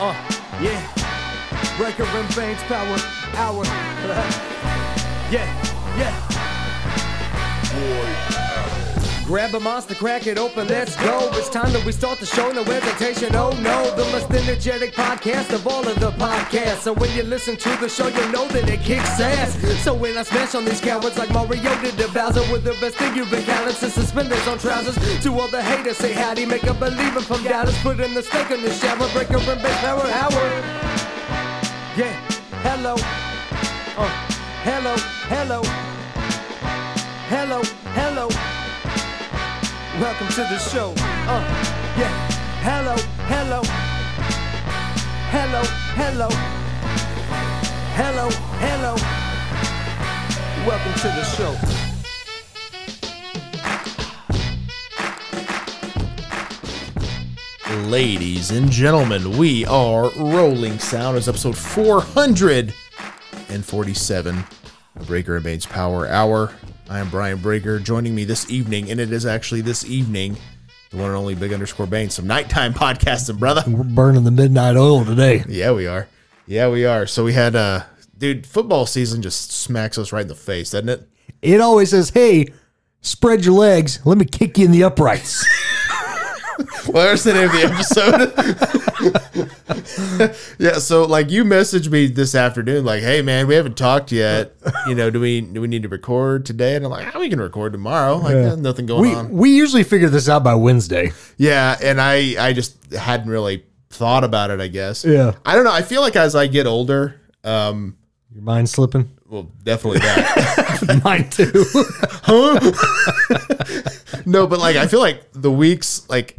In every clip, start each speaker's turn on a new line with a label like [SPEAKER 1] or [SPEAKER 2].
[SPEAKER 1] Uh, yeah. Breaker and Bane's power hour. yeah, yeah. Grab a monster, crack it open, let's go. It's time that we start the show, no hesitation. Oh no, the most energetic podcast of all of the podcasts. So when you listen to the show, you know that it kicks ass. So when I smash on these cowards like Mario did to Bowser, with the best thing you've been counting since suspenders on trousers. To all the haters, say howdy, make a believer from Dallas. Put in the stake in the shower, break up and base power hour. Yeah, hello. Uh, hello, hello. Hello, hello. Welcome to the show. Uh, yeah. Hello, hello. Hello, hello. Hello, hello. Welcome to the show.
[SPEAKER 2] Ladies and gentlemen, we are Rolling Sound. It's episode 447 of Breaker and Bane's Power Hour. I am Brian Breaker. Joining me this evening, and it is actually this evening, the one and only Big Underscore Bane. Some nighttime podcasting, brother.
[SPEAKER 3] We're burning the midnight oil today.
[SPEAKER 2] Yeah, we are. Yeah, we are. So we had, uh, dude, football season just smacks us right in the face, doesn't it?
[SPEAKER 3] It always says, hey, spread your legs. Let me kick you in the uprights.
[SPEAKER 2] Well, there's the name of the episode. yeah, so like you messaged me this afternoon, like, "Hey, man, we haven't talked yet. You know, do we do we need to record today?" And I'm like, ah, "We can record tomorrow. Like, there's nothing going
[SPEAKER 3] we,
[SPEAKER 2] on."
[SPEAKER 3] we usually figure this out by Wednesday.
[SPEAKER 2] Yeah, and I I just hadn't really thought about it. I guess.
[SPEAKER 3] Yeah.
[SPEAKER 2] I don't know. I feel like as I get older, um,
[SPEAKER 3] Your mind slipping?
[SPEAKER 2] well, definitely that.
[SPEAKER 3] Mine too.
[SPEAKER 2] no, but like I feel like the weeks like.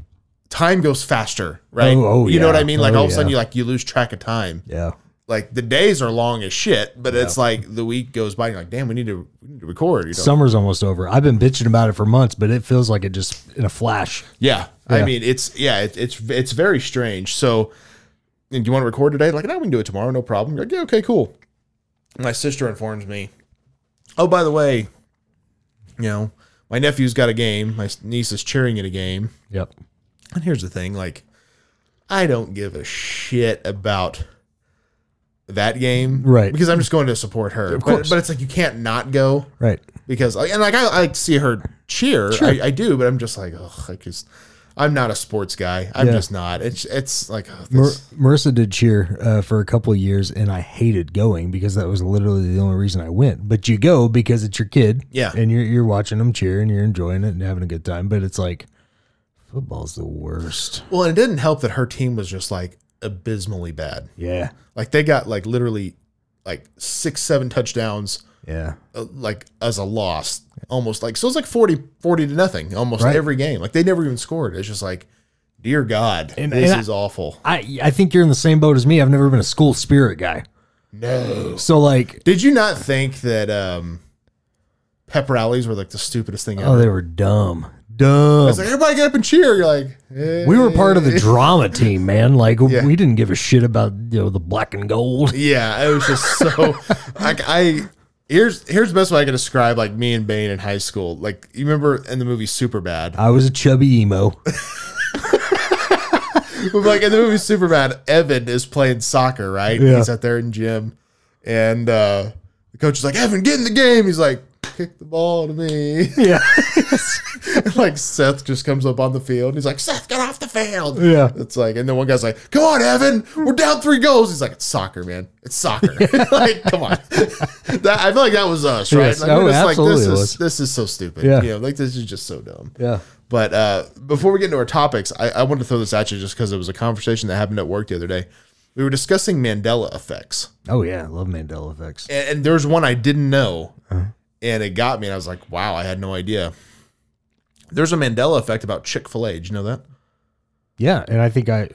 [SPEAKER 2] Time goes faster, right?
[SPEAKER 3] Oh, oh,
[SPEAKER 2] you know what
[SPEAKER 3] yeah.
[SPEAKER 2] I mean? Like
[SPEAKER 3] Oh,
[SPEAKER 2] all of a sudden,
[SPEAKER 3] yeah.
[SPEAKER 2] you like you lose track of time.
[SPEAKER 3] yeah.
[SPEAKER 2] like the days are long as shit, but it's like the week goes by. And you're like, damn, we need to, we need to record. You know?
[SPEAKER 3] Summer's almost over. I've been bitching about it for months, but it feels like it just in a flash.
[SPEAKER 2] yeah. I mean, it's yeah, it, it's it's very strange. So, and do you want to record today? Like, no, we can do it tomorrow, no problem. You're like, yeah, okay, cool. My sister informs me. Oh, by the way, you know, my nephew's got a game. My niece is cheering at a game.
[SPEAKER 3] Yep.
[SPEAKER 2] And here's the thing, like, I don't give a shit about that game,
[SPEAKER 3] Right.
[SPEAKER 2] Because I'm just going to support her. Of
[SPEAKER 3] course.
[SPEAKER 2] but, but it's like you can't not go.
[SPEAKER 3] Right.
[SPEAKER 2] because and like I, I like to see her cheer. I, I do, but I'm just like, ugh, I just I'm not a sports guy. I'm
[SPEAKER 3] Yeah.
[SPEAKER 2] just not. It's it's like ugh,
[SPEAKER 3] Mar-
[SPEAKER 2] this-
[SPEAKER 3] Marissa did cheer uh, for a couple of years, and I hated going because that was literally the only reason I went. But you go because it's your kid,
[SPEAKER 2] Yeah.
[SPEAKER 3] and you're you're watching them cheer and you're enjoying it and having a good time. But it's like football's the worst.
[SPEAKER 2] well, and it didn't help that her team was just like abysmally bad.
[SPEAKER 3] Yeah,
[SPEAKER 2] Like they got like literally like six seven touchdowns
[SPEAKER 3] yeah,
[SPEAKER 2] uh, like as a loss almost like so it's like 40 40 to nothing almost
[SPEAKER 3] Right.
[SPEAKER 2] every game like they never even scored it's just like dear god
[SPEAKER 3] And-
[SPEAKER 2] this
[SPEAKER 3] and I-
[SPEAKER 2] is awful
[SPEAKER 3] I I think you're in the same boat as me. I've never been a school spirit guy,
[SPEAKER 2] no
[SPEAKER 3] so like,
[SPEAKER 2] did you not think that um pep rallies were like the stupidest thing ever
[SPEAKER 3] oh, they were dumb, dumb.
[SPEAKER 2] It's like everybody get up and cheer. You're like, eh.
[SPEAKER 3] we were part of the drama team, man. Like
[SPEAKER 2] Yeah.
[SPEAKER 3] we didn't give a shit about you know the black and gold.
[SPEAKER 2] "Eh." yeah. It was just so like I here's here's the best way I can describe like me and Bane in high school. Like you remember in the movie Super Bad,
[SPEAKER 3] I was a chubby emo.
[SPEAKER 2] like in the movie Super Bad, Evan is playing soccer, right?
[SPEAKER 3] Yeah.
[SPEAKER 2] He's out there in gym, and uh, the coach is like, Evan, get in the game. He's like, kick the ball to me.
[SPEAKER 3] Yeah.
[SPEAKER 2] like Seth just comes up on the field. He's like, Seth, get off the field.
[SPEAKER 3] Yeah.
[SPEAKER 2] It's like, and then one guy's like, come on, Evan, we're down three goals. He's like, it's soccer, man. It's soccer. like, come on. that, I feel like that was us, right?
[SPEAKER 3] Yes.
[SPEAKER 2] Like, we're
[SPEAKER 3] Oh,
[SPEAKER 2] just like,
[SPEAKER 3] absolutely
[SPEAKER 2] this
[SPEAKER 3] it
[SPEAKER 2] is,
[SPEAKER 3] was.
[SPEAKER 2] this is so stupid.
[SPEAKER 3] Yeah.
[SPEAKER 2] You know, like, this is just so dumb.
[SPEAKER 3] Yeah.
[SPEAKER 2] But uh, before we get into our topics, I, I wanted to throw this at you just because it was a conversation that happened at work the other day. We were discussing Mandela effects
[SPEAKER 3] Oh yeah, I love Mandela effects.
[SPEAKER 2] and, and there's one I didn't know, and it got me. And I was like, wow, I had no idea. There's a Mandela effect about Chick Fil A. Did you know that?
[SPEAKER 3] Yeah, and I think I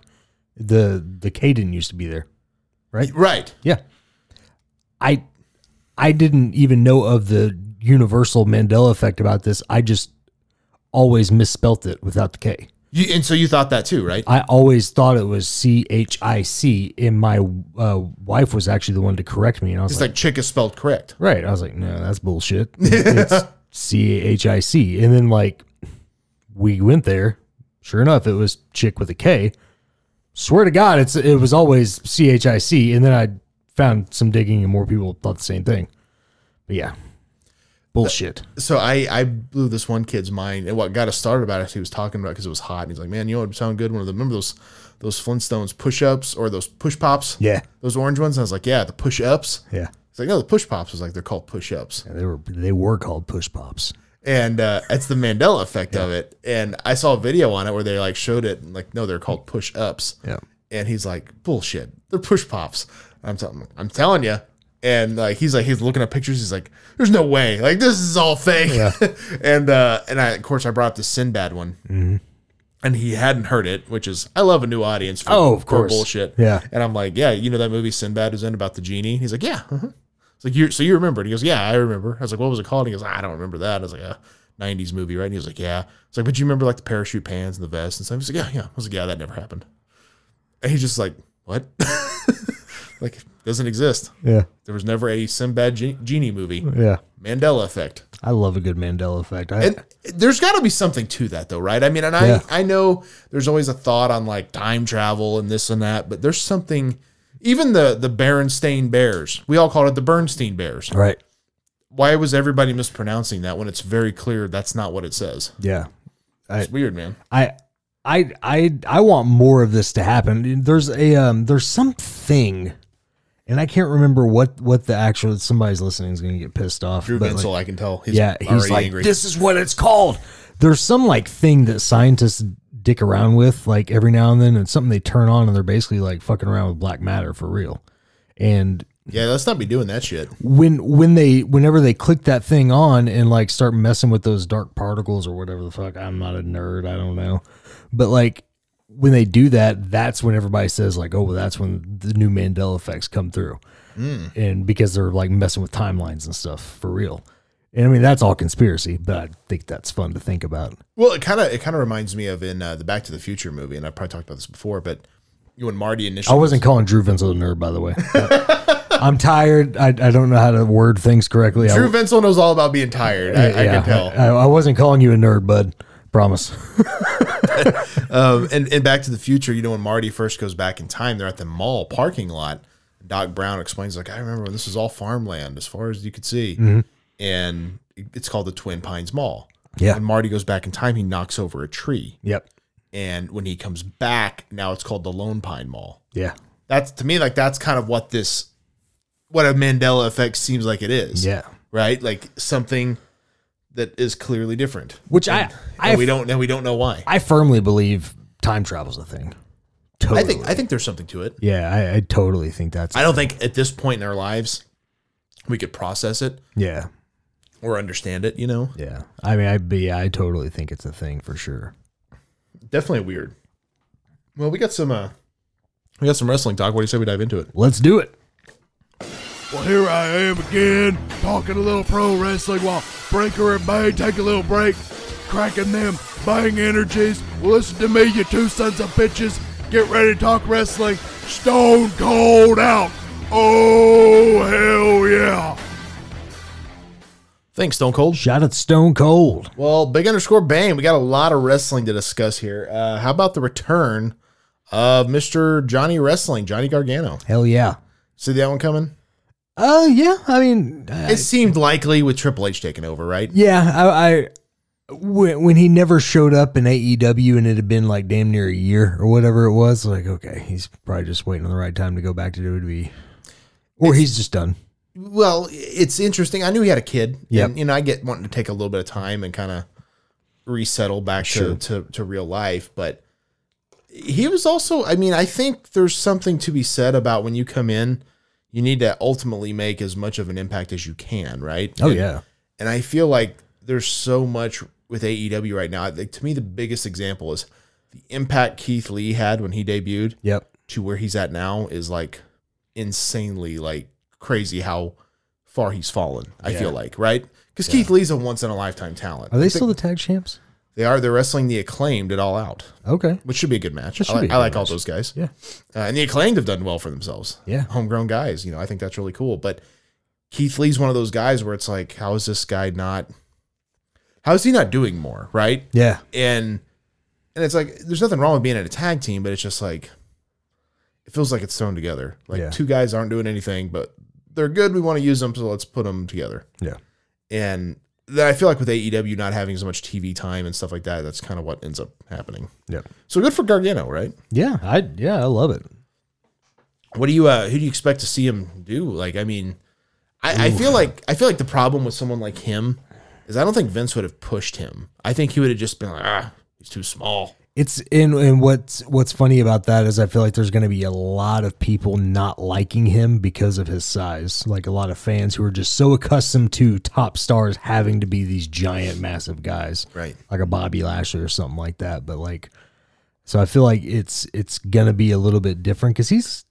[SPEAKER 3] the the Caden used to be there.
[SPEAKER 2] Right.
[SPEAKER 3] Yeah. I I didn't even know of the universal Mandela effect about this. I just always misspelt it without the K.
[SPEAKER 2] You, and so you thought that too, right?
[SPEAKER 3] I always thought it was C H I C, and my uh, wife was actually the one to correct me. And I was
[SPEAKER 2] It's
[SPEAKER 3] like,
[SPEAKER 2] like Chick is spelled correct.
[SPEAKER 3] right. I was like, no, that's bullshit. It's C H I C. And then, like, we went there. Sure enough, it was chick with a K. Swear to God, it's it was always C H I C. And then I found some digging, and more people thought the same thing. But yeah, bullshit.
[SPEAKER 2] so I, I blew this one kid's mind, and what got us started about it, he was talking about because it was hot, and he's like, "Man, you know what would sound good? One of the remember those those Flintstones push ups or those push pops?
[SPEAKER 3] Yeah.
[SPEAKER 2] those orange ones." And I was like, "Yeah, the push ups."
[SPEAKER 3] Yeah.
[SPEAKER 2] He's like, "No, the push pops." was like, "They're called push ups,"
[SPEAKER 3] They were they were called push pops.
[SPEAKER 2] and uh, it's the Mandela effect of it. And I saw a video on it where they like showed it, and like, no, they're called push ups.
[SPEAKER 3] Yeah.
[SPEAKER 2] and he's like, "Bullshit, they're push pops." I'm telling, I'm telling you. And like he's like he's looking at pictures. He's like, "There's no way. Like this is all fake." and uh, and I of course I brought up the Sinbad one,
[SPEAKER 3] Mm-hmm.
[SPEAKER 2] and he hadn't heard it, which is I love a new audience. For,
[SPEAKER 3] Oh, of
[SPEAKER 2] for
[SPEAKER 3] course.
[SPEAKER 2] bullshit.
[SPEAKER 3] Yeah.
[SPEAKER 2] And I'm like, yeah, you know that movie Sinbad was in about the genie. He's like, yeah. uh-huh." It's like you, so you remember? it?" He goes, yeah, I remember. I was like, what was it called? He goes, I don't remember that. I was like, a '90s movie, right? And he was like, yeah. It's like, but you remember like the parachute pants and the vest and stuff? He's like, yeah, yeah. I was like, yeah, that never happened. And he's just like, what? like doesn't exist.
[SPEAKER 3] Yeah.
[SPEAKER 2] There was never a Sinbad ge- genie movie.
[SPEAKER 3] Yeah.
[SPEAKER 2] Mandela effect.
[SPEAKER 3] I love a good Mandela effect. I,
[SPEAKER 2] And there's got to be something to that, though, right? I mean, and I,
[SPEAKER 3] Yeah.
[SPEAKER 2] I know there's always a thought on like time travel and this and that, but there's something. Even the the Berenstain Bears, we all called it the Bernstein Bears.
[SPEAKER 3] right.
[SPEAKER 2] Why was everybody mispronouncing that when it's very clear that's not what it says?
[SPEAKER 3] Yeah.
[SPEAKER 2] It's weird, man.
[SPEAKER 3] I I I I want more of this to happen. There's a um there's something and I can't remember what what the actual somebody's listening is going to get pissed off.
[SPEAKER 2] Drew
[SPEAKER 3] but,
[SPEAKER 2] Vinsel, I
[SPEAKER 3] like,
[SPEAKER 2] can tell. He's
[SPEAKER 3] yeah, he's
[SPEAKER 2] already
[SPEAKER 3] like
[SPEAKER 2] angry.
[SPEAKER 3] this is what it's called. There's some like thing that scientists dick around with like every now and then and something they turn on and they're basically like fucking around with black matter for real. And
[SPEAKER 2] yeah, let's not be doing that shit.
[SPEAKER 3] when when they whenever they click that thing on and like start messing with those dark particles or whatever the fuck I'm not a nerd I don't know but like when they do that that's when everybody says like oh well that's when the new Mandela effects come through
[SPEAKER 2] Hmm.
[SPEAKER 3] and because they're like messing with timelines and stuff for real and I mean that's all conspiracy but I think that's fun to think about
[SPEAKER 2] Well, it kind of it kind of reminds me of in uh, the Back to the Future movie, and I've probably talked about this before, but you and Marty
[SPEAKER 3] I
[SPEAKER 2] initially
[SPEAKER 3] wasn't calling Drew Vinsel a nerd by the way I'm tired I, I don't know how to word things correctly I-
[SPEAKER 2] Drew Vinsel knows all about being tired. I, I
[SPEAKER 3] yeah,
[SPEAKER 2] can tell.
[SPEAKER 3] I, I wasn't calling you a nerd bud promise
[SPEAKER 2] Um, and, and Back to the Future, you know, when Marty first goes back in time, they're at the mall parking lot. Doc Brown explains, like, I remember when this was all farmland as far as you could see.
[SPEAKER 3] Mm-hmm.
[SPEAKER 2] And it's called the Twin Pines Mall.
[SPEAKER 3] Yeah.
[SPEAKER 2] When Marty goes back in time, he knocks over a tree.
[SPEAKER 3] Yep.
[SPEAKER 2] And when he comes back, now it's called the Lone Pine Mall.
[SPEAKER 3] Yeah.
[SPEAKER 2] That's to me, like, that's kind of what this, what a Mandela effect seems like it is.
[SPEAKER 3] Yeah.
[SPEAKER 2] Right? Like something that is clearly different.
[SPEAKER 3] Which I I
[SPEAKER 2] And we don't know. We don't know why.
[SPEAKER 3] I firmly believe time travel's a thing. Totally.
[SPEAKER 2] I think, I think there's something to it.
[SPEAKER 3] yeah, I, I totally think that's
[SPEAKER 2] I don't think at this point in our lives we could process it
[SPEAKER 3] yeah.
[SPEAKER 2] or understand it, you know?
[SPEAKER 3] Yeah. I mean I but yeah, I totally think it's a thing for sure.
[SPEAKER 2] Definitely weird. Well, we got some uh we got some wrestling talk. What do you say we dive into it?
[SPEAKER 3] Let's do it.
[SPEAKER 4] Well, here I am again, talking a little pro wrestling while Breaker and Bay take a little break, cracking them bang energies. Well, listen to me, you two sons of bitches. Get ready to talk wrestling. Stone Cold out. Oh, hell yeah.
[SPEAKER 2] Thanks, Stone Cold.
[SPEAKER 3] Shot at Stone Cold.
[SPEAKER 2] Well, big underscore bang. We got a lot of wrestling to discuss here. Uh how about the return of Mr. Johnny Wrestling, Johnny Gargano?
[SPEAKER 3] Hell yeah.
[SPEAKER 2] See that one coming?
[SPEAKER 3] Uh yeah. I mean uh,
[SPEAKER 2] It seemed likely with Triple H taking over, right?
[SPEAKER 3] yeah, I, I when, when he never showed up in AEW and it had been like damn near a year or whatever it was, like okay, he's probably just waiting on the right time to go back to WWE. Or he's just done.
[SPEAKER 2] Well, it's interesting. I knew he had a kid.
[SPEAKER 3] Yep.
[SPEAKER 2] And, you know, I get wanting to take a little bit of time and kind of resettle back
[SPEAKER 3] Sure.
[SPEAKER 2] to, to, to real life. But he was also, I mean, I think there's something to be said about when you come in, you need to ultimately make as much of an impact as you can, right?
[SPEAKER 3] Oh
[SPEAKER 2] And-
[SPEAKER 3] yeah.
[SPEAKER 2] And, And I feel like there's so much with AEW right now. Like, to me, the biggest example is the impact Keith Lee had when he debuted
[SPEAKER 3] Yep.
[SPEAKER 2] to where he's at now is like insanely like crazy how far he's fallen. I feel like right because Keith Lee's a once in a lifetime talent.
[SPEAKER 3] Are they
[SPEAKER 2] I think
[SPEAKER 3] still the tag champs?
[SPEAKER 2] They are. They're wrestling the acclaimed at all out,
[SPEAKER 3] Okay.
[SPEAKER 2] which should be a good match.
[SPEAKER 3] That should
[SPEAKER 2] I,
[SPEAKER 3] be
[SPEAKER 2] like,
[SPEAKER 3] a
[SPEAKER 2] I
[SPEAKER 3] good
[SPEAKER 2] like all
[SPEAKER 3] match.
[SPEAKER 2] those guys.
[SPEAKER 3] Yeah.
[SPEAKER 2] Uh, and the acclaimed have done well for themselves.
[SPEAKER 3] Yeah.
[SPEAKER 2] Homegrown guys. You know, I think that's really cool. But Keith Lee's one of those guys where it's like, how is this guy not? How is he not doing more? Right
[SPEAKER 3] Yeah.
[SPEAKER 2] and and it's like there's nothing wrong with being in a tag team, but it's just like it feels like it's thrown together. Like
[SPEAKER 3] Yeah.
[SPEAKER 2] two guys aren't doing anything, but they're good. We want to use them, so let's put them together.
[SPEAKER 3] Yeah.
[SPEAKER 2] And then I feel like with AEW not having as much TV time and stuff like that, that's kind of what ends up happening.
[SPEAKER 3] Yep.
[SPEAKER 2] So good for Gargano, right?
[SPEAKER 3] Yeah. I yeah, I love it.
[SPEAKER 2] What do you uh who do you expect to see him do? Like, I mean, I, I feel like I feel like the problem with someone like him is I don't think Vince would have pushed him. I think he would have just been like, ah, he's too small.
[SPEAKER 3] It's in and what's what's funny about that is I feel like there's going to be a lot of people not liking him because of his size. Like a lot of fans who are just so accustomed to top stars having to be these giant massive guys.
[SPEAKER 2] Right.
[SPEAKER 3] Like a Bobby Lashley or something like that, but like so I feel like it's it's going to be a little bit different cuz he's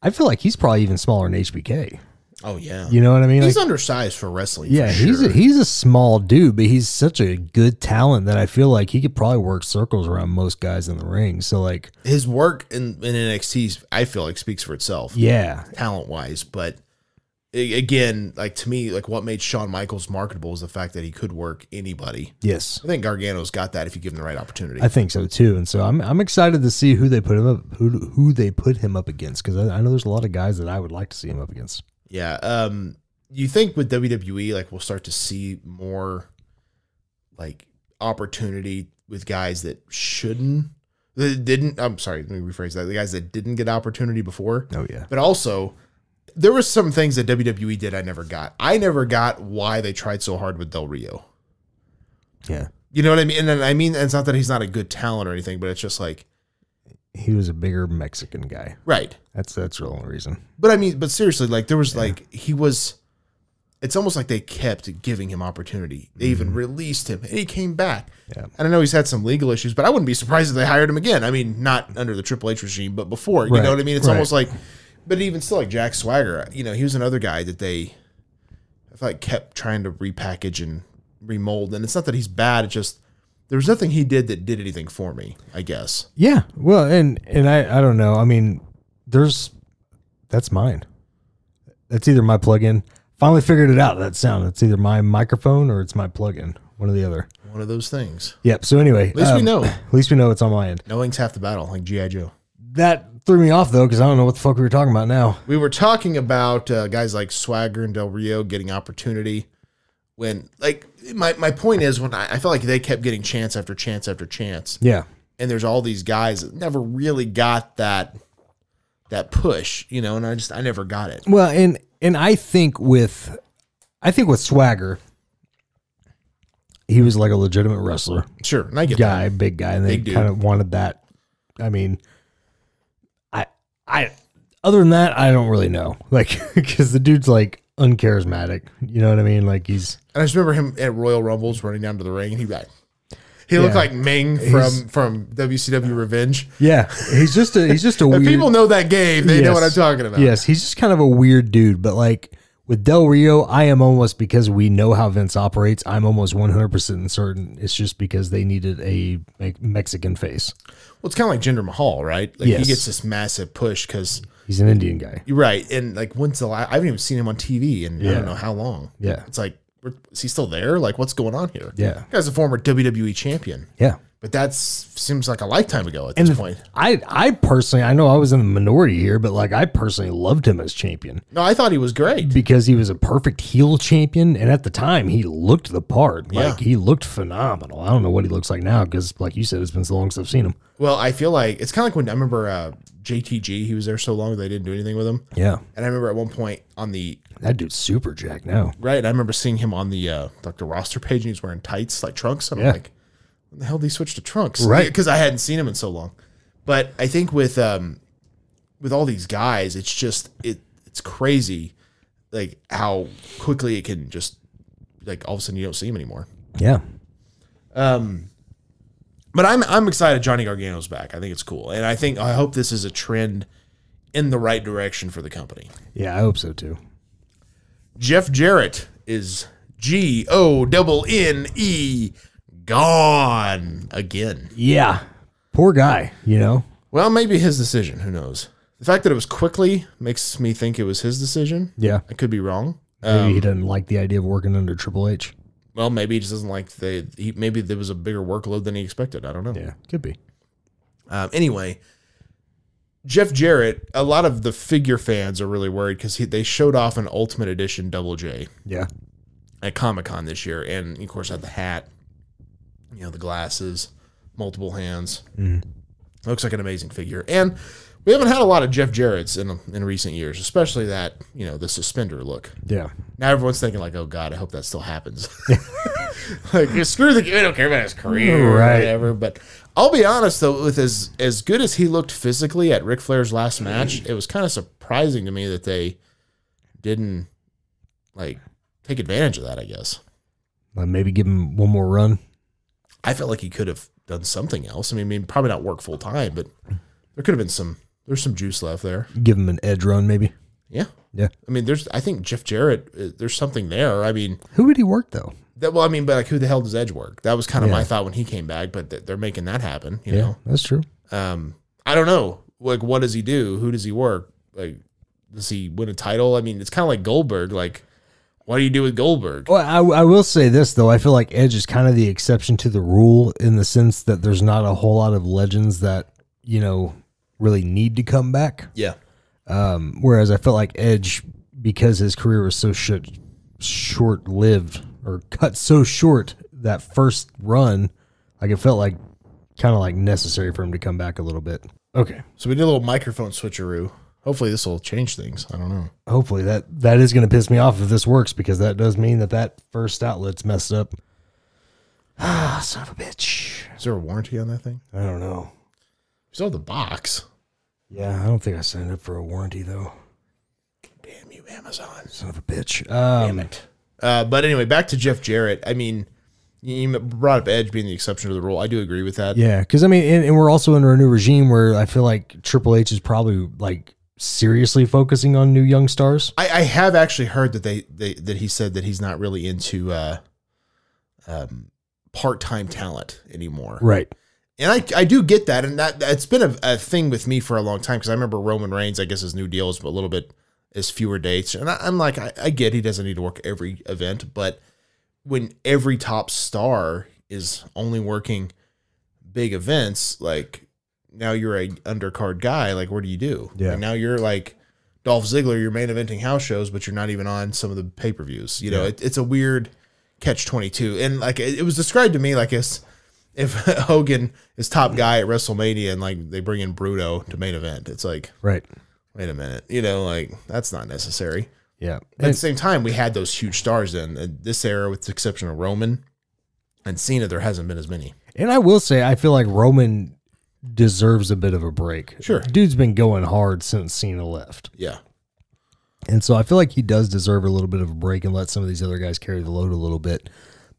[SPEAKER 3] I feel like he's probably even smaller than HBK.
[SPEAKER 2] Oh yeah.
[SPEAKER 3] You know what I mean?
[SPEAKER 2] He's
[SPEAKER 3] Like-
[SPEAKER 2] undersized for wrestling.
[SPEAKER 3] yeah,
[SPEAKER 2] for
[SPEAKER 3] he's a,
[SPEAKER 2] sure.
[SPEAKER 3] he's a small dude, but he's such a good talent that I feel like he could probably work circles around most guys in the ring. So like,
[SPEAKER 2] his work in, in NXT. I feel like speaks for itself,
[SPEAKER 3] yeah,
[SPEAKER 2] talent wise. But a- again, like to me, like what made Shawn Michaels marketable is the fact that he could work anybody.
[SPEAKER 3] yes,
[SPEAKER 2] I think Gargano's got that if you give him the right opportunity.
[SPEAKER 3] I think so too. And so I'm I'm excited to see who they put him up who who they put him up against because I, I know there's a lot of guys that I would like to see him up against.
[SPEAKER 2] yeah. Um. You think with WWE, like we'll start to see more like opportunity with guys that shouldn't, that didn't. I'm sorry. Let me rephrase that. The guys that didn't get opportunity before.
[SPEAKER 3] Oh yeah,
[SPEAKER 2] But also, there were some things that WWE did I never got. I never got why they tried so hard with Del Rio.
[SPEAKER 3] yeah.
[SPEAKER 2] You know what I mean? And then, I mean, it's not that he's not a good talent or anything, but it's just like,
[SPEAKER 3] He was a bigger Mexican guy.
[SPEAKER 2] right.
[SPEAKER 3] That's that's the only reason.
[SPEAKER 2] But I mean, but seriously, like there was like he was. It's almost like they kept giving him opportunity. They even released him, and he came back.
[SPEAKER 3] Mm-hmm. Yeah.
[SPEAKER 2] And I know he's had some legal issues, but I wouldn't be surprised if they hired him again. I mean, not under the Triple H regime, but before. You
[SPEAKER 3] Right,
[SPEAKER 2] know what I mean? It's
[SPEAKER 3] right.
[SPEAKER 2] almost like, but even still, like Jack Swagger, you know, he was another guy that they, I feel like, kept trying to repackage and remold. And it's not that he's bad; it's just there was nothing he did that did anything for me. I guess.
[SPEAKER 3] Yeah, well, and and I I don't know. I mean, there's that's mine. That's either my plug-in. Finally figured it out. That sound. It's either my microphone or it's my plug-in. One or the other.
[SPEAKER 2] One of those things.
[SPEAKER 3] Yep. So anyway,
[SPEAKER 2] At
[SPEAKER 3] um,
[SPEAKER 2] least we know.
[SPEAKER 3] At least we know it's on my end.
[SPEAKER 2] Knowing's half the battle, like GI Joe.
[SPEAKER 3] That threw me off though because I don't know what the fuck we were talking about now.
[SPEAKER 2] we were talking about uh, guys like Swagger and Del Rio getting opportunity when like my, my point is when I, I felt like they kept getting chance after chance after chance
[SPEAKER 3] Yeah.
[SPEAKER 2] and there's all these guys that never really got that that push you know and I just I never got it
[SPEAKER 3] Well, and and I think with I think with Swagger, he was like a legitimate wrestler.
[SPEAKER 2] sure and I get that.
[SPEAKER 3] guy, big guy, and they
[SPEAKER 2] Big dude.
[SPEAKER 3] kind of wanted that. I mean, I, I, other than that, I don't really know. Like, because the dude's like uncharismatic. You know what I mean? Like he's
[SPEAKER 2] and I just remember him at Royal Rumbles running down to the ring and he like he looked
[SPEAKER 3] Yeah.
[SPEAKER 2] like Ming from from WCW Revenge
[SPEAKER 3] yeah, he's just a he's just a
[SPEAKER 2] if
[SPEAKER 3] weird.
[SPEAKER 2] people know that game they know what I'm
[SPEAKER 3] Yes.
[SPEAKER 2] talking about
[SPEAKER 3] Yes, he's just kind of a weird dude. But like with Del Rio, I am almost because we know how Vince operates. I'm almost 100 percent certain it's just because they needed a like, Mexican face.
[SPEAKER 2] well it's kind of like Jinder Mahal right like he
[SPEAKER 3] Yes.
[SPEAKER 2] gets this massive push because
[SPEAKER 3] He's an Indian guy.
[SPEAKER 2] You're right. And like, when's the last? I haven't even seen him on TV in I
[SPEAKER 3] Yeah.
[SPEAKER 2] don't know how long.
[SPEAKER 3] Yeah.
[SPEAKER 2] It's like, we're- is he still there? Like, what's going on here?
[SPEAKER 3] Yeah.
[SPEAKER 2] guy's a former WWE champion,
[SPEAKER 3] Yeah.
[SPEAKER 2] but that seems like a lifetime ago at
[SPEAKER 3] And
[SPEAKER 2] this
[SPEAKER 3] the-
[SPEAKER 2] point.
[SPEAKER 3] I I personally I know I was in the minority here, but like I personally loved him as champion
[SPEAKER 2] No, I thought he was great.
[SPEAKER 3] because he was a perfect heel champion, and at the time he looked the part. Like he looked phenomenal. I don't know what he looks like now because, like you said, it's been so long since I've seen him.
[SPEAKER 2] Well, I feel like it's kind of like when I remember uh, JTG, he was there so long they didn't do anything with him.
[SPEAKER 3] Yeah,
[SPEAKER 2] And I remember at one point on the
[SPEAKER 3] that dude's super jack now.
[SPEAKER 2] right, I remember seeing him on the uh, Dr. roster page and he was wearing tights like trunks. And
[SPEAKER 3] Yeah.
[SPEAKER 2] I'm like, when the hell did he switch to trunks?
[SPEAKER 3] Right.
[SPEAKER 2] Because I hadn't seen him in so long. But I think with um with all these guys, it's just it it's crazy like how quickly it can just like all of a sudden you don't see him anymore.
[SPEAKER 3] Yeah.
[SPEAKER 2] But I'm I'm excited Johnny Gargano's back. I think it's cool. And I think I hope this is a trend in the right direction for the company.
[SPEAKER 3] Yeah, I hope so too.
[SPEAKER 2] Jeff Jarrett is G O double N E gone again.
[SPEAKER 3] Yeah. Poor guy, you know?
[SPEAKER 2] Well, maybe his decision. Who knows? The fact that it was quickly makes me think it was his decision.
[SPEAKER 3] Yeah. Um,
[SPEAKER 2] I could be wrong. Uh,
[SPEAKER 3] Maybe he doesn't like the idea of working under Triple H.
[SPEAKER 2] Well, maybe he just doesn't like the. He, maybe there was a bigger workload than he expected. I don't know.
[SPEAKER 3] could be.
[SPEAKER 2] Um, anyway, Jeff Jarrett. A lot of the figure fans are really worried because they showed off an Ultimate Edition Double J
[SPEAKER 3] Yeah.
[SPEAKER 2] at Comic Con this year, and of course had the hat, you know, the glasses, multiple hands. Looks like an amazing figure, and we haven't had a lot of Jeff Jarrett's in in recent years, especially that you know the suspender look.
[SPEAKER 3] Yeah.
[SPEAKER 2] Now everyone's thinking like, oh god, I hope that still happens. like screw the we don't care about his career or
[SPEAKER 3] Right.
[SPEAKER 2] whatever. But I'll be honest though, with as as good as he looked physically at Ric Flair's last match, it was kind of surprising to me that they didn't like take advantage of that. I guess
[SPEAKER 3] But maybe give him one more run.
[SPEAKER 2] I felt like he could have done something else. I mean, I mean probably not work full time, but there could have been some. There's some juice left there.
[SPEAKER 3] Give him an edge run, maybe.
[SPEAKER 2] Yeah.
[SPEAKER 3] Yeah.
[SPEAKER 2] I mean, there's. I think Jeff Jarrett. uh, There's something there. I mean,
[SPEAKER 3] Who would he work though?
[SPEAKER 2] That, well, I mean, but like, who the hell does Edge work? That was kind of my
[SPEAKER 3] Yeah.
[SPEAKER 2] thought when he came back, but th- they're making that happen. You
[SPEAKER 3] Yeah, that's true.
[SPEAKER 2] know, um, I don't know. Like, what does he do? Who does he work? Like, does he win a title? I mean, it's kind of like Goldberg. Like, what do you do with Goldberg?
[SPEAKER 3] Well, I, I will say this though. I feel like Edge is kind of the exception to the rule in the sense that there's not a whole lot of legends that you know really need to come back.
[SPEAKER 2] Yeah,
[SPEAKER 3] Um, whereas I felt like Edge, because his career was so short, short lived or cut so short that first run, like it felt like kind of like necessary for him to come back a little bit. Okay,
[SPEAKER 2] so we did a little microphone switcheroo. Hopefully, this will change things. I don't know.
[SPEAKER 3] hopefully that that is going to piss me off if this works because that does mean that that first outlet's messed up. Ah, son of a bitch.
[SPEAKER 2] Is there a warranty on that thing?
[SPEAKER 3] I don't know.
[SPEAKER 2] We still have the box.
[SPEAKER 3] Yeah, I don't think I signed up for a warranty though.
[SPEAKER 2] Damn you, Amazon.
[SPEAKER 3] Son of a bitch. Um,
[SPEAKER 2] Damn it. Uh, but anyway, back to Jeff Jarrett. I mean, you you brought up Edge being the exception to the rule. I do agree with that.
[SPEAKER 3] Yeah, because I mean, and, and we're also under a new regime where I feel like Triple H is probably like seriously focusing on new young stars.
[SPEAKER 2] I, I have actually heard that they, they that he said that he's not really into uh, um, part time talent anymore.
[SPEAKER 3] Right.
[SPEAKER 2] And I, I do get that, and that it's been a, a thing with me for a long time because I remember Roman Reigns. I guess his new deal is a little bit is fewer dates, and I, I'm like I, I get he doesn't need to work every event, but when every top star is only working big events, like now you're a undercard guy. Like what do you do?
[SPEAKER 3] Yeah.
[SPEAKER 2] And now you're like Dolph Ziggler. You're main eventing house shows, but you're not even on some of the pay per views. You know, it, it's a weird catch twenty two, and like it, it was described to me like it's if Hogan is top guy at WrestleMania and like they bring in Bruno to main event, it's like,
[SPEAKER 3] Right.
[SPEAKER 2] wait a minute, you know, like that's not necessary.
[SPEAKER 3] Yeah.
[SPEAKER 2] But at the same time, we had those huge stars then. And this era, with the exception of Roman and Cena, there hasn't been as many.
[SPEAKER 3] And I will say, I feel like Roman deserves a bit of a break.
[SPEAKER 2] Sure.
[SPEAKER 3] Dude's been going hard since Cena left.
[SPEAKER 2] Yeah.
[SPEAKER 3] And so I feel like he does deserve a little bit of a break and let some of these other guys carry the load a little bit.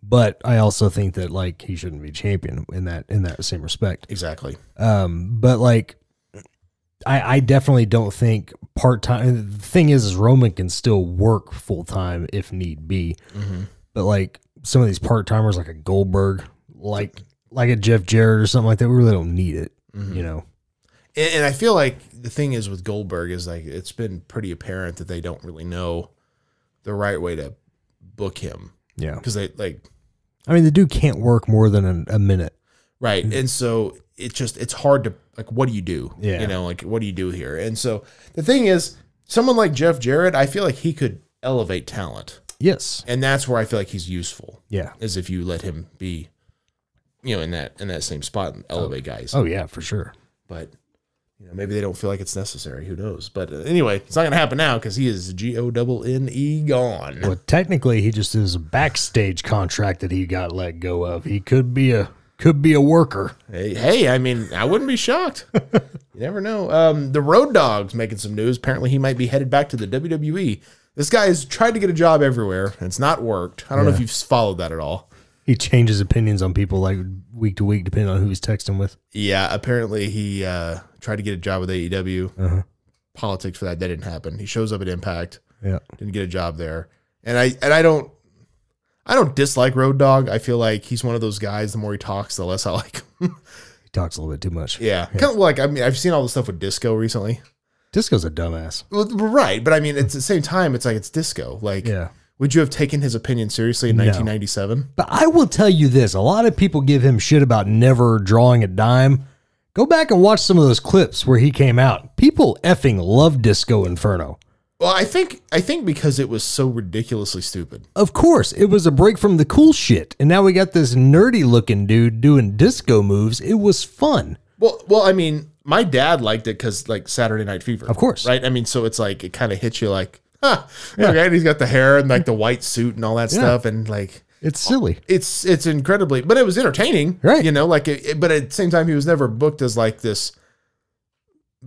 [SPEAKER 3] But I also think that like he shouldn't be champion in that in that same respect.
[SPEAKER 2] Exactly.
[SPEAKER 3] Um, but like, I, I definitely don't think part time. The thing is, is Roman can still work full time if need be. But like some of these part timers, like a Goldberg, like like a Jeff Jarrett or something like that, we really don't need it. You know?
[SPEAKER 2] And, and I feel like the thing is with Goldberg is like it's been pretty apparent that they don't really know the right way to book him
[SPEAKER 3] Yeah.
[SPEAKER 2] because they like
[SPEAKER 3] I mean, the dude can't work more than a, a minute.
[SPEAKER 2] Right.
[SPEAKER 3] Mm-hmm.
[SPEAKER 2] And so it just it's hard to like what do you do?
[SPEAKER 3] Yeah.
[SPEAKER 2] You know, like what do you do here? And so the thing is, someone like Jeff Jarrett, I feel like he could elevate talent.
[SPEAKER 3] Yes.
[SPEAKER 2] And that's where I feel like he's useful.
[SPEAKER 3] Yeah.
[SPEAKER 2] Is if you let him be, you know, in that in that same spot and elevate guys.
[SPEAKER 3] Oh yeah, for sure.
[SPEAKER 2] But you know, maybe they don't feel like it's necessary. Who knows? But uh, anyway, it's not gonna happen now because he is G O double N E gone.
[SPEAKER 3] Well, technically, he just is a backstage contract that he got let go of. He could be a could be a worker.
[SPEAKER 2] Hey, hey, I mean, I wouldn't be shocked. you never know. Um, the Road Dog's making some news. Apparently, he might be headed back to the WWE. This guy has tried to get a job everywhere, and it's not worked. I don't know if you've followed that at all.
[SPEAKER 3] He changes opinions on people like week to week, depending on who he's texting with.
[SPEAKER 2] Yeah, apparently he uh, tried to get a job with AEW. Politics for that that didn't happen. He shows up at Impact,
[SPEAKER 3] Yeah.
[SPEAKER 2] didn't get a job there, and I and I don't. I don't dislike Road Dog. I feel like he's one of those guys. The more he talks, the less I like him.
[SPEAKER 3] He talks a little bit too much.
[SPEAKER 2] yeah, kind of like I mean, I've seen all the stuff with Disco recently.
[SPEAKER 3] Disco's a dumbass.
[SPEAKER 2] Well, right, but I mean, it's at the same time, it's like it's Disco. Like,
[SPEAKER 3] Yeah.
[SPEAKER 2] would you have taken his opinion seriously in 1997?
[SPEAKER 3] But I will tell you this a lot of people give him shit about never drawing a dime. Go back and watch some of those clips where he came out. People effing love Disco Inferno.
[SPEAKER 2] Well, I think I think because it was so ridiculously stupid.
[SPEAKER 3] Of course, it was a break from the cool shit. And now we got this nerdy looking dude doing disco moves. It was fun.
[SPEAKER 2] Well, well, I mean, my dad liked it because like Saturday Night Fever,
[SPEAKER 3] Of course.
[SPEAKER 2] right? I mean, so it's like it kind of hits you like, huh, okay, and he's got the hair and like the white suit and all that stuff, and like
[SPEAKER 3] It's silly.
[SPEAKER 2] it's it's incredibly, but it was entertaining,
[SPEAKER 3] Right.
[SPEAKER 2] You know, like, it, it- but at the same time, he was never booked as like this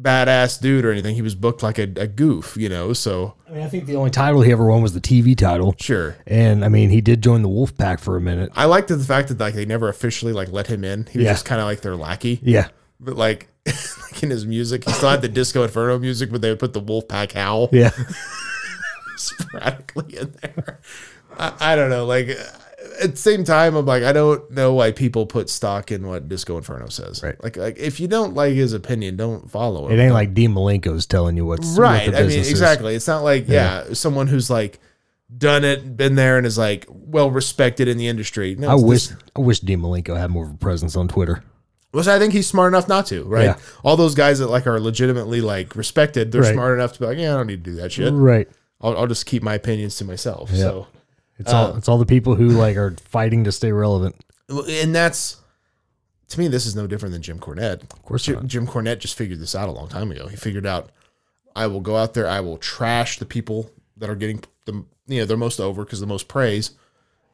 [SPEAKER 2] badass dude or anything. He was booked like a, a goof, you know. So
[SPEAKER 3] I mean, I think the only title he ever won was the TV title.
[SPEAKER 2] sure,
[SPEAKER 3] And I mean, he did join the Wolf Pack for a minute.
[SPEAKER 2] I liked the fact that like they never officially like let him in. He was
[SPEAKER 3] Yeah.
[SPEAKER 2] just kind of like their lackey.
[SPEAKER 3] Yeah.
[SPEAKER 2] But like, like in his music, he still had the Disco Inferno music, but they would put the Wolfpack howl
[SPEAKER 3] Yeah.
[SPEAKER 2] sporadically in there. I, I don't know. Like at the same time, I'm like, I don't know why people put stock in what Disco Inferno says.
[SPEAKER 3] Right.
[SPEAKER 2] Like, like if you don't like his opinion, don't follow
[SPEAKER 3] It
[SPEAKER 2] him.
[SPEAKER 3] ain't like Dean Malenko's telling you what's what
[SPEAKER 2] right.
[SPEAKER 3] the
[SPEAKER 2] I mean,
[SPEAKER 3] business is.
[SPEAKER 2] exactly. It's not like yeah, someone who's like done it, been there, and is like well respected in the industry. No,
[SPEAKER 3] I
[SPEAKER 2] it's this-
[SPEAKER 3] wish I wish Dean Malenko had more of a presence on Twitter.
[SPEAKER 2] Which I think he's smart enough not to, right?
[SPEAKER 3] Yeah.
[SPEAKER 2] All those guys that like are legitimately like respected, they're
[SPEAKER 3] Right. Mm.
[SPEAKER 2] smart enough to be like, yeah, I don't need to do that shit.
[SPEAKER 3] Right.
[SPEAKER 2] I'll, I'll just keep my opinions to myself. So,
[SPEAKER 3] It's all it's all the people who like are fighting to stay relevant.
[SPEAKER 2] and that's to me, this is no different than Jim Cornette. Of
[SPEAKER 3] course
[SPEAKER 2] Jim,
[SPEAKER 3] not.
[SPEAKER 2] Jim Cornette just figured this out a long time ago. He figured out I will go out there, I will trash the people that are getting the you know they're most over because the most praise,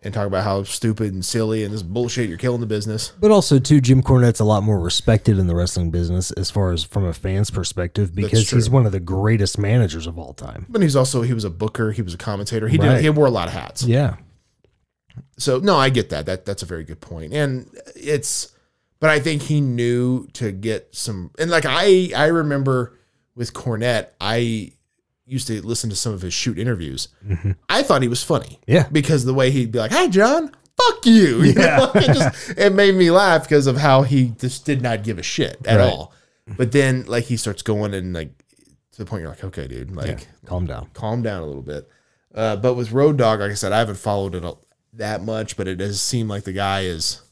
[SPEAKER 2] and talk about how stupid and silly and this bullshit you're killing the business.
[SPEAKER 3] But also too, Jim Cornette's a lot more respected in the wrestling business as far as from a fan's perspective because he's
[SPEAKER 2] true.
[SPEAKER 3] one of the greatest managers of all time.
[SPEAKER 2] But he's also he was a booker, he was a commentator. He
[SPEAKER 3] Right.
[SPEAKER 2] did he wore a lot of hats.
[SPEAKER 3] Yeah.
[SPEAKER 2] so no, I get that. That that's a very good point, and it's. But I think he knew to get some, and like I I remember with Cornette, I used to listen to some of his shoot interviews. I thought he was funny,
[SPEAKER 3] Mm-hmm. Yeah.
[SPEAKER 2] because the way he'd be like, "Hi, John." Fuck you. you know? it, just, it made me laugh because of how he just did not give a shit at
[SPEAKER 3] Right.
[SPEAKER 2] all. But then, like, he starts going and, like, to the point you're like, okay, dude, like,
[SPEAKER 3] Calm down.
[SPEAKER 2] calm down a little bit. Uh, but with Road Dog, like I said, I haven't followed it a- that much, but it does seem like the guy is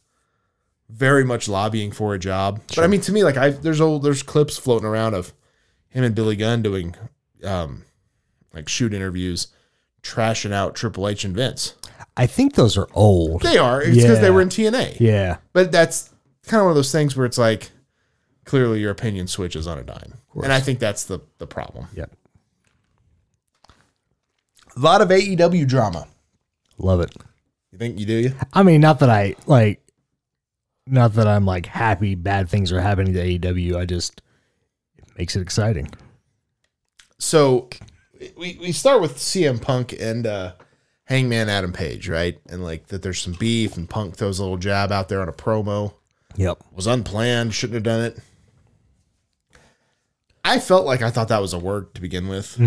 [SPEAKER 2] very much lobbying for a job. But I mean, to me, like I there's old there's clips floating around of him and Billy Gunn doing um, like shoot interviews, trashing out Triple H and Vince.
[SPEAKER 3] I think those are old.
[SPEAKER 2] They are it's because
[SPEAKER 3] Yeah.
[SPEAKER 2] they were in TNA.
[SPEAKER 3] Yeah.
[SPEAKER 2] But that's kind of one of those things where it's like clearly your opinion switches on a dime, and I think that's the the problem.
[SPEAKER 3] Yeah.
[SPEAKER 2] A lot of AEW drama.
[SPEAKER 3] Love it.
[SPEAKER 2] You think you do you?
[SPEAKER 3] I mean, not that I like, not that I'm like happy bad things are happening to AEW. I just it makes it exciting.
[SPEAKER 2] so we, we start with CM Punk and uh, Hangman Adam Page, right? And like that there's some beef, and Punk throws a little jab out there on a promo.
[SPEAKER 3] Yep.
[SPEAKER 2] Was unplanned, shouldn't have done it. I felt like I thought that was a work to begin with.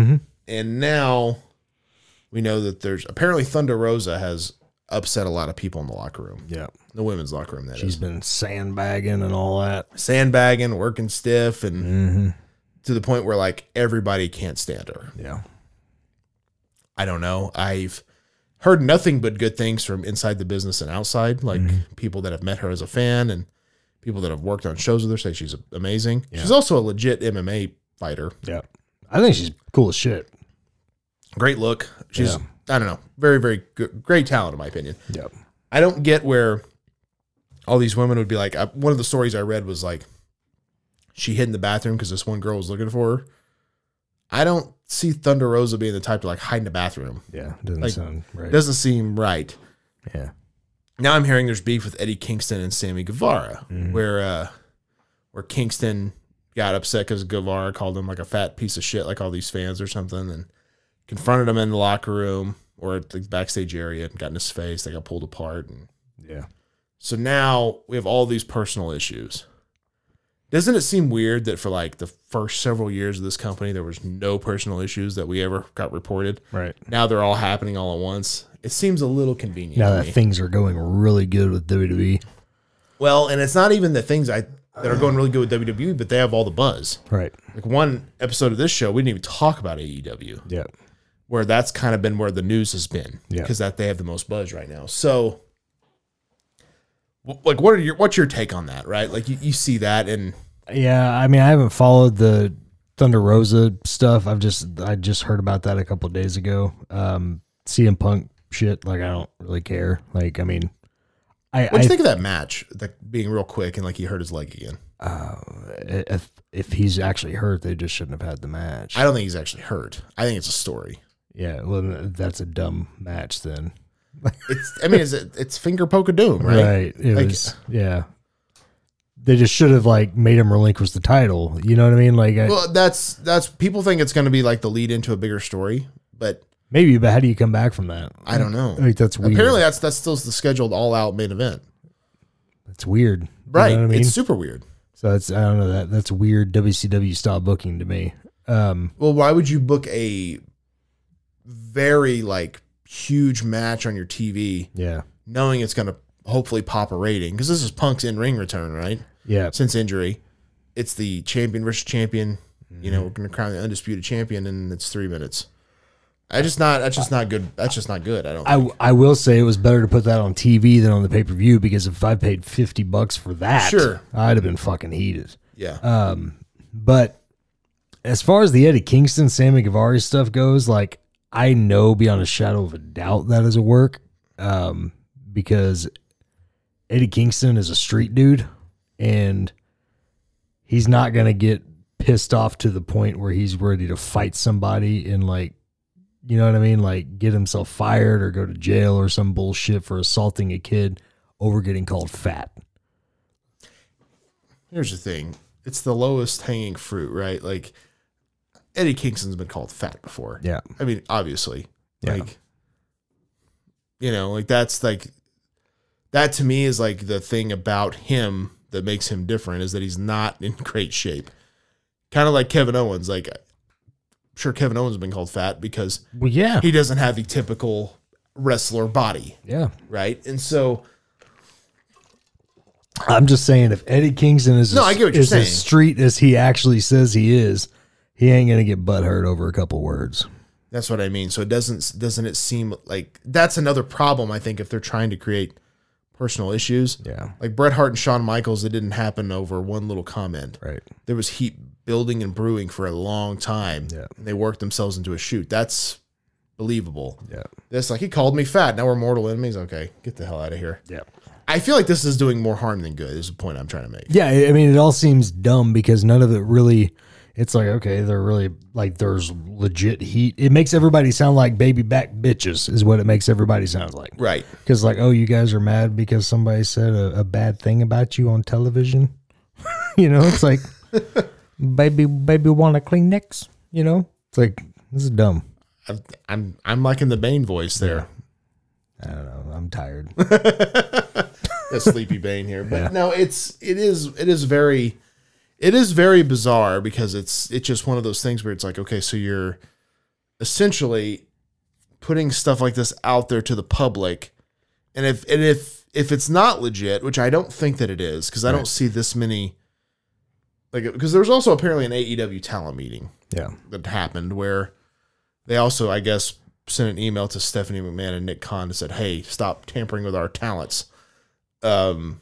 [SPEAKER 2] And now we know that there's apparently Thunder Rosa has upset a lot of people in the locker room,
[SPEAKER 3] Yep.
[SPEAKER 2] the women's locker room, that is
[SPEAKER 3] She's been sandbagging and all that.
[SPEAKER 2] Sandbagging, working stiff, and to the point where like everybody can't stand her.
[SPEAKER 3] Yeah.
[SPEAKER 2] I don't know. I've heard nothing but good things from inside the business and outside, like people that have met her as a fan and people that have worked on shows with her say she's amazing. She's also a legit MMA fighter.
[SPEAKER 3] Yep. I think she's cool as shit.
[SPEAKER 2] Great look. She's
[SPEAKER 3] Yeah.
[SPEAKER 2] I don't know, very very good, great talent in my opinion.
[SPEAKER 3] Yep.
[SPEAKER 2] I don't get where all these women would be like. I, one of the stories I read was like she hid in the bathroom because this one girl was looking for her. I don't see Thunder Rosa being the type to like hide in the bathroom.
[SPEAKER 3] Yeah. Doesn't
[SPEAKER 2] Like,
[SPEAKER 3] sound right.
[SPEAKER 2] Doesn't seem right.
[SPEAKER 3] yeah.
[SPEAKER 2] now I'm hearing there's beef with Eddie Kingston and Sammy Guevara,
[SPEAKER 3] Mm-hmm.
[SPEAKER 2] where uh, where Kingston got upset because Guevara called him like a fat piece of shit, like all these fans or something, and confronted him in the locker room or at the backstage area and got in his face. They got pulled apart. And
[SPEAKER 3] Yeah.
[SPEAKER 2] so now we have all these personal issues. Doesn't it seem weird that for like the first several years of this company, there was no personal issues that we ever got reported?
[SPEAKER 3] Right.
[SPEAKER 2] Now they're all happening all at once. It seems a little convenient.
[SPEAKER 3] Now
[SPEAKER 2] to
[SPEAKER 3] that
[SPEAKER 2] me.
[SPEAKER 3] things are going really good with E. WWE.
[SPEAKER 2] Well, and it's not even the things I that are going really good with WWE, but they have all the buzz.
[SPEAKER 3] Right.
[SPEAKER 2] Like one episode of this show, we didn't even talk about AEW,
[SPEAKER 3] Yeah.
[SPEAKER 2] where that's kind of been where the news has been
[SPEAKER 3] Yeah.
[SPEAKER 2] because that they have the most buzz right now. So, wh- like, what are your what's your take on that? Right, like you, you see that, and
[SPEAKER 3] Yeah. I mean, I haven't followed the Thunder Rosa stuff. I've just I just heard about that a couple days ago. Um, CM Punk shit. Like I don't really care. Like I mean, I
[SPEAKER 2] what do
[SPEAKER 3] I
[SPEAKER 2] you think of that match? Like being real quick and like he hurt his leg again.
[SPEAKER 3] if if he's actually hurt, they just shouldn't have had the match.
[SPEAKER 2] I don't think he's actually hurt. I think it's a story.
[SPEAKER 3] yeah. Well, that's a dumb match then.
[SPEAKER 2] It's I mean, it's it's finger poke of doom, right?
[SPEAKER 3] It
[SPEAKER 2] Like-
[SPEAKER 3] was yeah. They just should have like made him relinquish the title. You know what I mean? Like I,
[SPEAKER 2] Well, that's that's people think it's going to be like the lead into a bigger story, but
[SPEAKER 3] maybe, but how do you come back from that?
[SPEAKER 2] I don't know.
[SPEAKER 3] Like that's weird.
[SPEAKER 2] Apparently, that's that's still the scheduled all out main event.
[SPEAKER 3] that's weird. You know
[SPEAKER 2] Right.
[SPEAKER 3] what I mean,
[SPEAKER 2] It's super weird.
[SPEAKER 3] so that's I don't know that that's weird WCW style booking to me. Um,
[SPEAKER 2] Well, why would you book a very like huge match on your TV
[SPEAKER 3] yeah,
[SPEAKER 2] knowing it's going to hopefully pop a rating? Because this is Punk's in ring return, right?
[SPEAKER 3] yeah,
[SPEAKER 2] Since injury, it's the champion versus champion. You
[SPEAKER 3] Mm-hmm.
[SPEAKER 2] know, we're going to crown the undisputed champion, and it's three minutes. I just not. That's just not good. That's just not good. I don't.
[SPEAKER 3] I, I will say it was better to put that on TV than on the pay per view because if I paid fifty bucks for that,
[SPEAKER 2] Sure.
[SPEAKER 3] I'd have been fucking heated.
[SPEAKER 2] yeah.
[SPEAKER 3] But as far as the Eddie Kingston, Sammy Guevara stuff goes, like I know beyond a shadow of a doubt that is a work, um, because Eddie Kingston is a street dude, and he's not gonna get pissed off to the point where he's ready to fight somebody and like, you know what I mean, like get himself fired or go to jail or some bullshit for assaulting a kid over getting called fat.
[SPEAKER 2] Here's the thing. It's the lowest hanging fruit, right? Like Eddie Kingston's been called fat before.
[SPEAKER 3] Yeah,
[SPEAKER 2] I mean, obviously.
[SPEAKER 3] Yeah.
[SPEAKER 2] Like you know, like that's like that to me is like the thing about him that makes him different is that he's not in great shape. Kind of like Kevin Owens, like I'm sure Kevin Owens has been called fat because
[SPEAKER 3] well, yeah,
[SPEAKER 2] he doesn't have the typical wrestler body,
[SPEAKER 3] yeah.
[SPEAKER 2] right? And so
[SPEAKER 3] I'm just saying, if Eddie Kingston is
[SPEAKER 2] No, I get what you're
[SPEAKER 3] is
[SPEAKER 2] saying.
[SPEAKER 3] as street as he actually says he is, he ain't gonna get butt hurt over a couple words.
[SPEAKER 2] That's what I mean. So it doesn't doesn't it seem like that's another problem I think if they're trying to create personal issues.
[SPEAKER 3] Yeah,
[SPEAKER 2] Like Bret Hart and Shawn Michaels, it didn't happen over one little comment.
[SPEAKER 3] right.
[SPEAKER 2] There was heat building and brewing for a long time.
[SPEAKER 3] Yeah.
[SPEAKER 2] And they worked themselves into a shoot. That's believable.
[SPEAKER 3] Yeah,
[SPEAKER 2] This like he called me fat. Now we're mortal enemies. Okay, get the hell out of here.
[SPEAKER 3] yeah,
[SPEAKER 2] I feel like this is doing more harm than good. Is the point I'm trying to make.
[SPEAKER 3] yeah. I I mean, it all seems dumb because none of it really. It's like okay, they're really like there's legit heat. It makes everybody sound like baby back bitches is what it makes everybody sound like.
[SPEAKER 2] Right.
[SPEAKER 3] Because like oh, you guys are mad because somebody said a, a bad thing about you on television. you know, it's like baby baby want a Kleenex. You know, it's like this is dumb.
[SPEAKER 2] I'm I'm, I'm liking the Bane voice there.
[SPEAKER 3] I don't know. I'm tired.
[SPEAKER 2] a sleepy Bane here, but no, it's it is it is very it is very bizarre because it's it's just one of those things where it's like okay, so you're essentially putting stuff like this out there to the public, and if and if if it's not legit, which I don't think that it is, because I don't see this many like because there was also apparently an AEW talent meeting
[SPEAKER 3] yeah.
[SPEAKER 2] that happened where they also, I guess, sent an email to Stephanie McMahon and Nick Khan and said, "Hey, stop tampering with our talents." Um,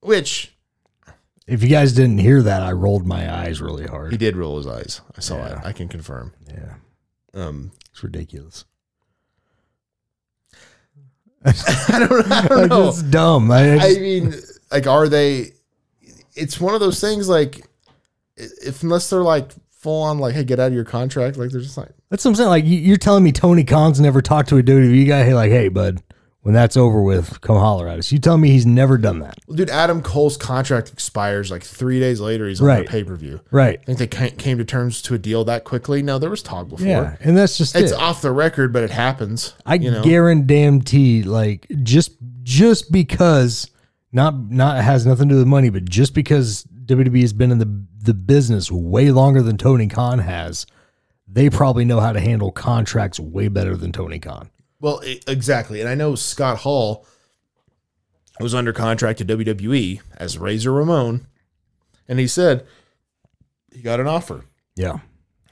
[SPEAKER 2] which
[SPEAKER 3] If you guys didn't hear that, I rolled my eyes really
[SPEAKER 2] he
[SPEAKER 3] hard.
[SPEAKER 2] did roll his eyes. I saw
[SPEAKER 3] Yeah.
[SPEAKER 2] it. I can confirm.
[SPEAKER 3] Yeah.
[SPEAKER 2] Um,
[SPEAKER 3] It's ridiculous.
[SPEAKER 2] I don't, I don't
[SPEAKER 3] Like,
[SPEAKER 2] know.
[SPEAKER 3] It's dumb. I, I
[SPEAKER 2] I
[SPEAKER 3] just-
[SPEAKER 2] mean, like, are they? It's one of those things. Like, i- if unless they're like full on, like, "Hey, get out of your contract," like they're just like,
[SPEAKER 3] that's what I'm saying. Like you, you're telling me Tony Khan's never talked to a WWE guy. Hey, like, hey, bud, When that's over with, come holler at us. You tell me he's never done that.
[SPEAKER 2] Well, dude, Adam Cole's contract expires like three days later. He's on
[SPEAKER 3] Right.
[SPEAKER 2] their pay per view.
[SPEAKER 3] Right.
[SPEAKER 2] I think they ca- came to terms to a deal that quickly. No, there was talk before.
[SPEAKER 3] Yeah. And that's just
[SPEAKER 2] It's
[SPEAKER 3] it.
[SPEAKER 2] off the record, but it happens.
[SPEAKER 3] I
[SPEAKER 2] you know?
[SPEAKER 3] guarantee, like just just because not not it has nothing to do with money, but just because WWE has been in the the business way longer than Tony Khan has, they probably know how to handle contracts way better than Tony Khan.
[SPEAKER 2] Well, e- exactly. And I know Scott Hall was under contract to WWE as Razor Ramon, and he said he got an offer.
[SPEAKER 3] Yeah,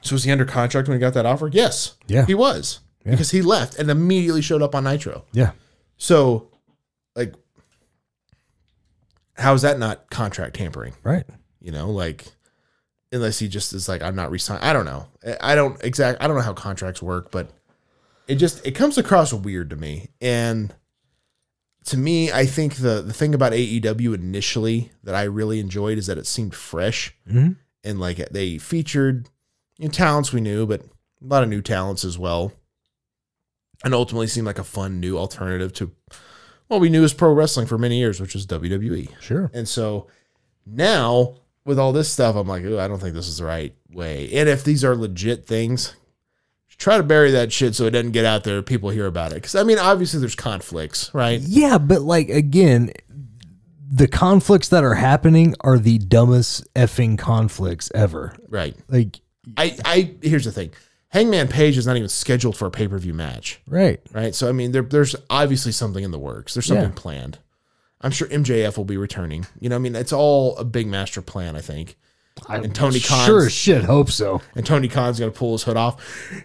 [SPEAKER 2] So was he under contract when he got that offer? Yes.
[SPEAKER 3] Yeah.
[SPEAKER 2] He was. Because he left and immediately showed up on Nitro.
[SPEAKER 3] yeah,
[SPEAKER 2] So, like, how is that not contract tampering?
[SPEAKER 3] right.
[SPEAKER 2] You know, like, unless he just is like, I'm not resigning. I don't know. I- I don't exact. I don't know how contracts work, but it just it comes across weird to me. And to me, I think the the thing about AEW initially that I really enjoyed is that it seemed fresh
[SPEAKER 3] Mhm.
[SPEAKER 2] and like they featured you know, talents we knew, but a lot of new talents as well. And ultimately seemed like a fun new alternative to what we knew as pro wrestling for many years, which was WWE.
[SPEAKER 3] Sure.
[SPEAKER 2] E. And so now with all this stuff, I'm like, ooh, I don't think this is the right way. And if these are legit things, try to bury that shit so it doesn't get out there. People hear about it. Cause I mean, obviously there's conflicts, right?
[SPEAKER 3] Yeah, but like again, the conflicts that are happening are the dumbest effing conflicts ever.
[SPEAKER 2] Right.
[SPEAKER 3] Like,
[SPEAKER 2] I, I, here's the thing Hangman Page is not even scheduled for a pay per view match,
[SPEAKER 3] right?
[SPEAKER 2] right? So, I mean, there, there's obviously something in the works, there's something
[SPEAKER 3] Yeah.
[SPEAKER 2] planned. I'm sure MJF will be returning. You know, I mean, it's all a big master plan, I think. and Tony Khan's
[SPEAKER 3] Sure, as shit. Hope so.
[SPEAKER 2] and Tony Khan's gonna pull his hood off.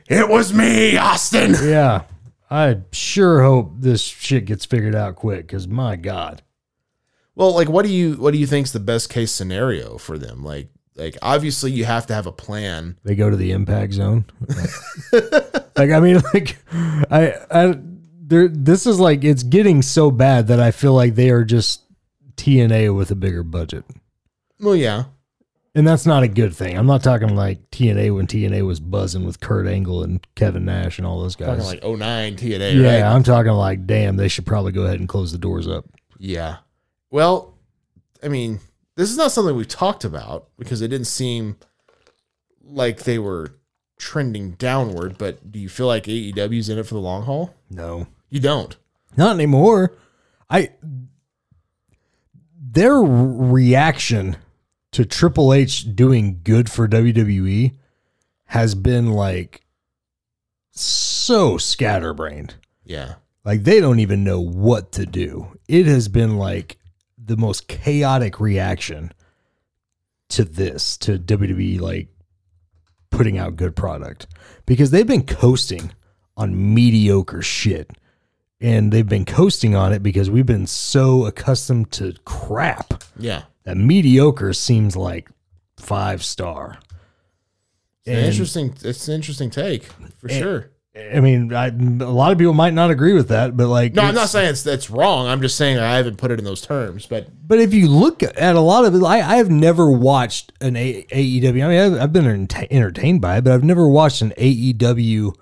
[SPEAKER 2] It was me, Austin.
[SPEAKER 3] Yeah. I sure hope this shit gets figured out quick because my God.
[SPEAKER 2] Well, like, what do you what do you think's the best case scenario for them? Like, like obviously you have to have a plan.
[SPEAKER 3] They go to the impact zone. like, I mean, like, I, I, there, this is like, it's getting so bad that I feel like they are just TNA with a bigger budget.
[SPEAKER 2] Well, yeah,
[SPEAKER 3] And that's not a good thing. I'm not talking like TNA when TNA was buzzing with Kurt Angle and Kevin Nash and all those
[SPEAKER 2] talking
[SPEAKER 3] guys.
[SPEAKER 2] like 09 TNA,
[SPEAKER 3] yeah,
[SPEAKER 2] right?
[SPEAKER 3] I'm talking like, damn, they should probably go ahead and close the doors up.
[SPEAKER 2] Yeah. Well, I mean, this is not something we've talked about because it didn't seem like they were trending downward. But do you feel like AEW's in it for the long haul?
[SPEAKER 3] No.
[SPEAKER 2] You don't.
[SPEAKER 3] Not anymore. I their reaction to Triple H doing good for WWE has been like so scatterbrained.
[SPEAKER 2] Yeah.
[SPEAKER 3] Like they don't even know what to do. It has been like the most chaotic reaction to this to WWE like putting out good product because they've been coasting on mediocre shit and they've been coasting on it because we've been so accustomed to crap
[SPEAKER 2] Yeah.
[SPEAKER 3] that mediocre seems like five star.
[SPEAKER 2] It's an
[SPEAKER 3] And-
[SPEAKER 2] interesting. It's an interesting take for sure.
[SPEAKER 3] I mean, I, a lot of people might not agree with that, but like,
[SPEAKER 2] No, I'm
[SPEAKER 3] it's-
[SPEAKER 2] not saying it's that's wrong. I'm just saying I haven't put it in those terms. But
[SPEAKER 3] But if you look at a lot of it, I, I have never watched an a- AEW. I mean, I've, I've been ent- entertained by it, but I've never watched an AEW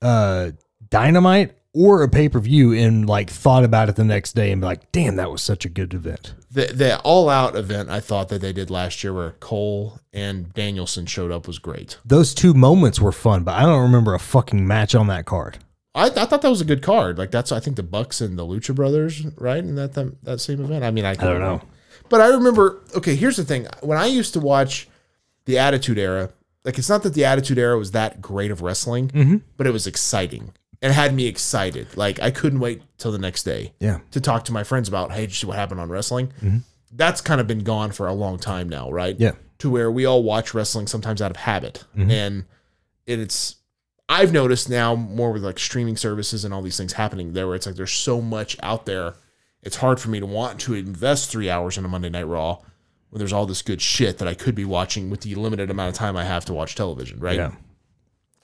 [SPEAKER 3] uh, Dynamite or a pay per view and like thought about it the next day and be like, damn, that was such a good event.
[SPEAKER 2] the the all out event I thought that they did last year where Cole and Danielson showed up was great.
[SPEAKER 3] Those two moments were fun, but I don't remember a fucking match on that card.
[SPEAKER 2] I, I thought that was a good card. Like that's I think the Bucks and the Lucha Brothers, right? And that that, that same event. I mean, I,
[SPEAKER 3] I don't know.
[SPEAKER 2] But I remember. Okay, here's the thing. When I used to watch the Attitude Era, like it's not that the Attitude Era was that great of wrestling,
[SPEAKER 3] Mm-hmm.
[SPEAKER 2] but it was exciting. It had me excited. Like I couldn't wait till the next day.
[SPEAKER 3] Yeah.
[SPEAKER 2] to talk to my friends about, hey, did you see what happened on wrestling? That's kind of been gone for a long time now, right?
[SPEAKER 3] Mm-hmm. Yeah. Mm-hmm.
[SPEAKER 2] To where we all watch wrestling sometimes out of habit. And it- it's, I've noticed now more with like streaming services and all these things happening there where it's like there's so much out there. It's hard for me to want to invest three hours in a Monday Night Raw when there's all this good shit that I could be watching with the limited amount of time I have to watch television, right?
[SPEAKER 3] Yeah.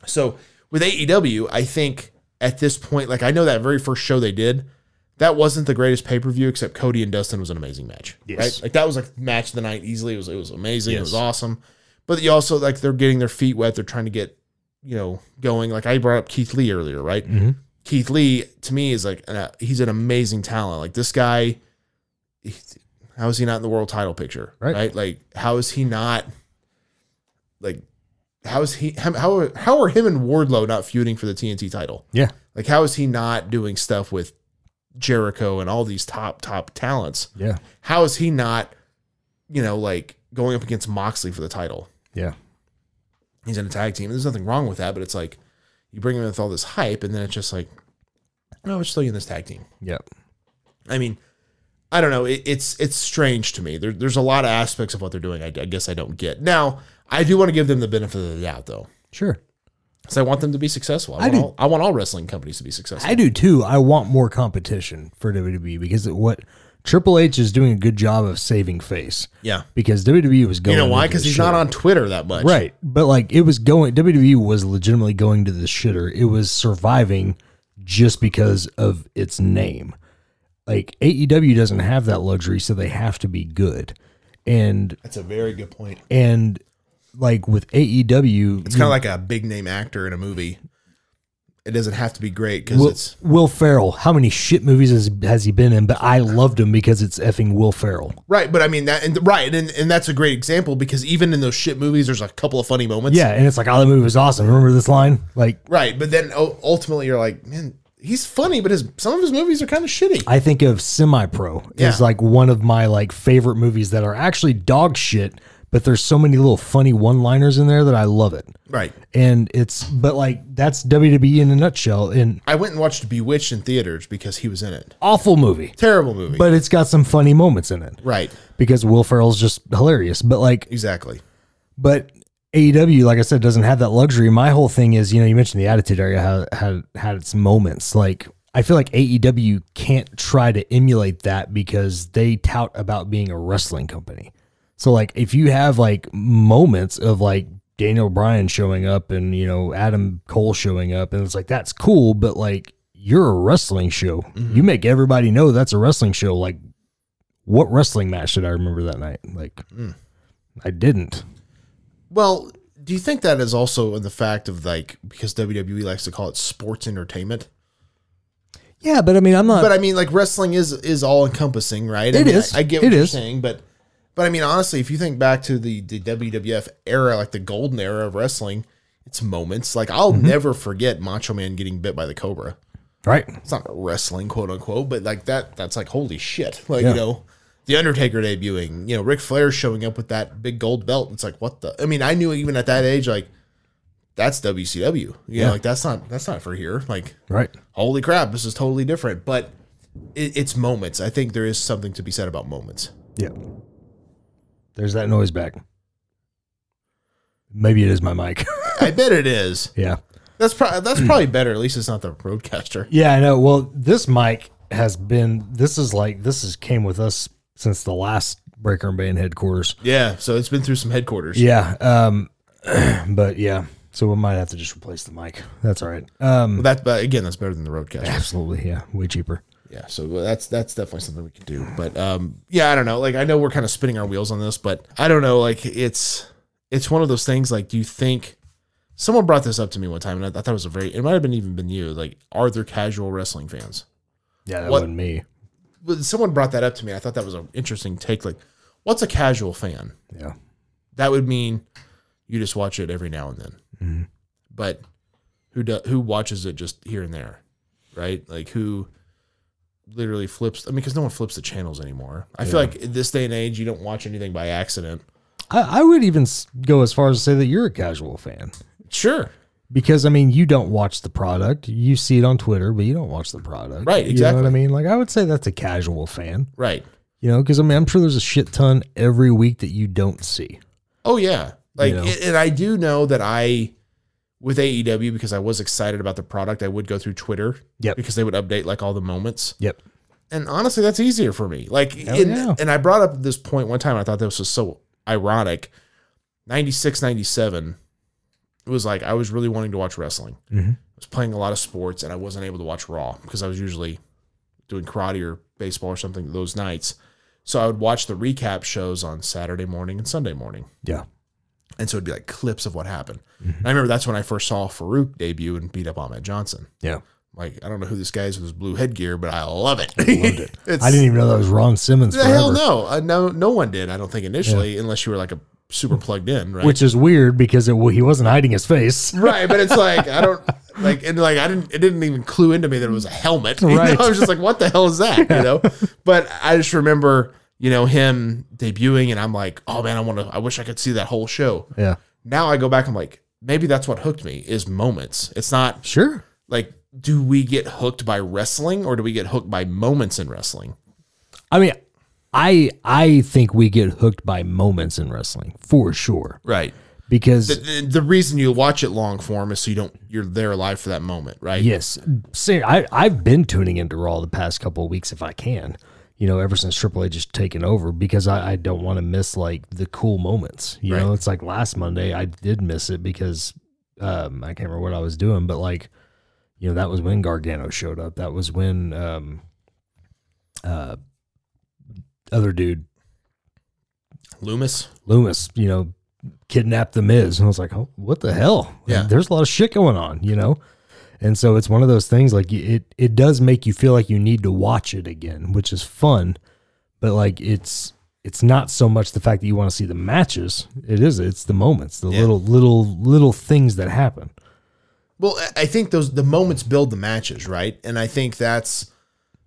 [SPEAKER 2] So with AEW, I think at this point, like I know that very first show they did, that wasn't the greatest pay per view, except Cody and Dustin was an amazing match. Yes. Right? Like that was like match of the night easily. It was it was amazing. It was awesome. But you also like they're getting their feet wet. They're trying to get, you know, going. Like I brought up Keith Lee earlier, right? Keith Lee to me is like uh, he's an amazing talent. Like this guy, he- how is he not in the world title picture?
[SPEAKER 3] Right.
[SPEAKER 2] Like how is he not? Like how is he? How how are, how are him and Wardlow not feuding for the TNT title?
[SPEAKER 3] Yeah.
[SPEAKER 2] Like how is he not doing stuff with Jericho and all these top top talents?
[SPEAKER 3] Yeah.
[SPEAKER 2] How is he not? You know, like going up against Moxley for the title
[SPEAKER 3] Yeah.
[SPEAKER 2] he's in a tag team. There's nothing wrong with that, but it's like you bring him in with all this hype, and then it's just like, no, we're still in this tag team.
[SPEAKER 3] Yep.
[SPEAKER 2] I mean, I don't know. It, it's it's strange to me. There, there's a lot of aspects of what they're doing. I, I guess I don't get. Now, I do want to give them the benefit of the doubt, though,
[SPEAKER 3] Sure.
[SPEAKER 2] because I want them to be successful. I,
[SPEAKER 3] I
[SPEAKER 2] want
[SPEAKER 3] do.
[SPEAKER 2] all, I want all wrestling companies to be successful.
[SPEAKER 3] I do too. I want more competition for WWE because it, what Triple H is doing a good job of saving face.
[SPEAKER 2] Yeah.
[SPEAKER 3] Because WWE was
[SPEAKER 2] You
[SPEAKER 3] going.
[SPEAKER 2] know why?
[SPEAKER 3] into
[SPEAKER 2] Because
[SPEAKER 3] the
[SPEAKER 2] he's not
[SPEAKER 3] shitter.
[SPEAKER 2] on Twitter that much.
[SPEAKER 3] Right, but like it was going. WWE was legitimately going to the shitter. It was surviving just because of its name. Like AEW doesn't have that luxury, so they have to be good. And
[SPEAKER 2] That's a very good point.
[SPEAKER 3] and like with E AEW,
[SPEAKER 2] It's kind of like a big name actor in a movie. It doesn't have to be great because
[SPEAKER 3] Will,
[SPEAKER 2] it's
[SPEAKER 3] Will Ferrell. How many shit movies has, has he been in? But I loved him because it's effing Will Ferrell.
[SPEAKER 2] Right, but I mean that, and right, and and that's a great example because even in those shit movies, there's a couple of funny moments.
[SPEAKER 3] Yeah, and it's like, oh, that movie was awesome. Remember this line? Like,
[SPEAKER 2] right, but then u- ultimately you're like, man, he's funny, but his some of his movies are kind of shitty.
[SPEAKER 3] I think of Semi Pro
[SPEAKER 2] Yeah.
[SPEAKER 3] as like one of my like favorite movies that are actually dog shit, but there's so many little funny one liners in there that I love it.
[SPEAKER 2] right,
[SPEAKER 3] And it's but like that's WWE in a nutshell. An
[SPEAKER 2] I went and watched Bewitched in theaters because he was in it.
[SPEAKER 3] awful movie,
[SPEAKER 2] Terrible movie,
[SPEAKER 3] but it's got some funny moments in it
[SPEAKER 2] right,
[SPEAKER 3] because Will Ferrell's just hilarious. But like,
[SPEAKER 2] exactly.
[SPEAKER 3] but AEW, like I said, doesn't have that luxury. My whole thing is, you know, you mentioned the Attitude Era had had, had its moments. Like I feel like AEW can't try to emulate that because they tout about being a wrestling company. So like if you have like moments of like Daniel Bryan showing up and you know Adam Cole showing up and it's like that's cool, but like you're a wrestling show. You make everybody know that's a wrestling show. Like what wrestling match did I remember that night? Like I didn't.
[SPEAKER 2] Well, do you think that is also in the fact of like because WWE likes to call it sports entertainment?
[SPEAKER 3] Yeah, but I mean, I'm not.
[SPEAKER 2] but I mean, like wrestling is is all encompassing, right? I
[SPEAKER 3] It
[SPEAKER 2] mean,
[SPEAKER 3] is.
[SPEAKER 2] I, I get
[SPEAKER 3] It
[SPEAKER 2] what you're
[SPEAKER 3] is.
[SPEAKER 2] saying, but but I mean, honestly, if you think back to the the WWF era, like the golden era of wrestling, it's moments. Like I'll
[SPEAKER 3] Mm-hmm.
[SPEAKER 2] never forget Macho Man getting bit by the Cobra.
[SPEAKER 3] right.
[SPEAKER 2] It's not wrestling, quote unquote, but like that. That's like holy shit. Like
[SPEAKER 3] Yeah.
[SPEAKER 2] you know, the Undertaker debuting. You know, Ric Flair showing up with that big gold belt. It's like what the? I mean, I knew even at that age, like that's WCW. You
[SPEAKER 3] Yeah.
[SPEAKER 2] know, like that's not that's not for here. Like
[SPEAKER 3] Right.
[SPEAKER 2] holy crap, this is totally different. But it, it's moments. I think there is something to be said about moments.
[SPEAKER 3] Yeah. There's that noise back. Maybe it is my mic.
[SPEAKER 2] I bet it is.
[SPEAKER 3] yeah.
[SPEAKER 2] That's probably that's probably better. At least it's not the roadcaster.
[SPEAKER 3] Yeah, I know. Well, this mic has been. This is like this has came with us since the last Breaker and Band headquarters.
[SPEAKER 2] Yeah, so it's been through some headquarters.
[SPEAKER 3] Yeah. Um. But yeah. So we might have to just replace the mic. That's all right. Um.
[SPEAKER 2] Well, that but again, that's better than the roadcaster.
[SPEAKER 3] Absolutely. Yeah. Way cheaper.
[SPEAKER 2] Yeah, so that's that's definitely something we can do. But um, yeah, I don't know. Like I know we're kind of spinning our wheels on this, but I don't know. Like it's it's one of those things. Like, do you think someone brought this up to me one time, and I, I thought it was a very. It might have been even been you. Like, are there casual wrestling fans?
[SPEAKER 3] Yeah. That
[SPEAKER 2] What-
[SPEAKER 3] wasn't me.
[SPEAKER 2] But someone brought that up to me. I thought that was an interesting take. Like, what's a casual fan?
[SPEAKER 3] Yeah.
[SPEAKER 2] That would mean you just watch it every now and then.
[SPEAKER 3] Mm-hmm.
[SPEAKER 2] But who do, who watches it just here and there, right? Like who literally flips? I mean, because no one flips the channels anymore. I feel like in this day and age, you don't watch anything by accident.
[SPEAKER 3] I, I would even s- go as far as to say that you're a casual fan.
[SPEAKER 2] Sure,
[SPEAKER 3] because I mean, you don't watch the product. You see it on Twitter, but you don't watch the product.
[SPEAKER 2] Right,
[SPEAKER 3] You know
[SPEAKER 2] exactly.
[SPEAKER 3] what I mean? Like, I would say that's a casual fan.
[SPEAKER 2] right?
[SPEAKER 3] You know, because I mean, I'm sure there's a shit ton every week that you don't see.
[SPEAKER 2] Oh yeah, like
[SPEAKER 3] know?
[SPEAKER 2] and- and I do know that I with AEW because I was excited about the product. I would go through Twitter,
[SPEAKER 3] Yep.
[SPEAKER 2] because they would update like all the moments.
[SPEAKER 3] Yep.
[SPEAKER 2] and honestly, that's easier for me. Like, and,
[SPEAKER 3] yeah.
[SPEAKER 2] and I brought up this point one time. I thought this was so ironic. 96, 97, it was like I was really wanting to watch wrestling. I was playing a lot of sports and I wasn't able to watch Raw because I was usually doing karate or baseball or something those nights. So I would watch the recap shows on Saturday morning and Sunday morning.
[SPEAKER 3] Yeah. Mm-hmm.
[SPEAKER 2] And so it'd be like clips of what happened. And I remember that's when I first saw Farouk debut and beat up Ahmed Johnson.
[SPEAKER 3] Yeah.
[SPEAKER 2] Like I don't know who this guy is with his blue headgear, but I love it. It's-
[SPEAKER 3] I didn't even know that was Ron Simmons.
[SPEAKER 2] the hell
[SPEAKER 3] forever.
[SPEAKER 2] no, uh, no, no one did. I don't think initially, unless you were like a super plugged in, right?
[SPEAKER 3] Which is weird because it, well, he wasn't hiding his face.
[SPEAKER 2] right, but it's like I don't like, and like I didn't. It didn't even clue into me that it was a helmet. you know?
[SPEAKER 3] Right.
[SPEAKER 2] I was just like, what the hell is that? You know. But I just remember, you know, him debuting, and I'm like, oh man, I want to. I wish I could see that whole show.
[SPEAKER 3] Yeah.
[SPEAKER 2] Now I go back. I'm like, maybe that's what hooked me is moments. It's not
[SPEAKER 3] Sure.
[SPEAKER 2] like do we get hooked by wrestling or do we get hooked by moments in wrestling?
[SPEAKER 3] I mean, I I think we get hooked by moments in wrestling for sure
[SPEAKER 2] Right.
[SPEAKER 3] because
[SPEAKER 2] The, the reason you watch it long form is so you don't you're there live for that moment, right?
[SPEAKER 3] yes, see, I I've been tuning into Raw the past couple of weeks if I can, you know, ever since Triple H has taken over because I, I don't want to miss like the cool moments. You know,
[SPEAKER 2] Right.
[SPEAKER 3] it's like last Monday I did miss it because um I can't remember what I was doing, but like you know that was when Gargano showed up. That was when um uh other dude
[SPEAKER 2] Loomis.
[SPEAKER 3] Loomis, you know, kidnapped the Miz. And I was like, oh, what the hell?
[SPEAKER 2] Yeah.
[SPEAKER 3] There's a lot of shit going on, you know? And so it's one of those things like you- it, it does make you feel like you need to watch it again, which is fun. But like it's, it's not so much the fact that you want to see the matches. It is, it's the moments, the little, little, little things that happen.
[SPEAKER 2] Well, I- I think those the moments build the matches, right? And I think that's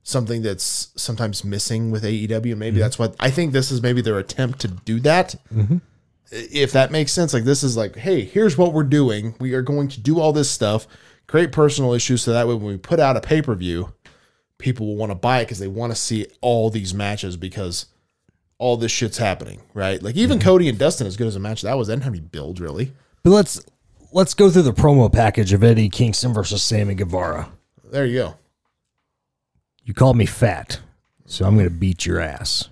[SPEAKER 2] something that's sometimes missing with AEW. Maybe that's what I think this is maybe their attempt to do that. I- If that makes sense, like this is like, hey, here's what we're doing. We are going to do all this stuff, create personal issues, so that way when we put out a pay per view, people will want to buy it because they want to see all these matches because all this shit's happening, right? Like even Cody and Dustin, as good as a match that was, that didn't have any build really.
[SPEAKER 3] But let's, let's go through the promo package of Eddie Kingston versus Sammy Guevara.
[SPEAKER 2] There you go.
[SPEAKER 3] You called me fat, so I'm going to beat your ass.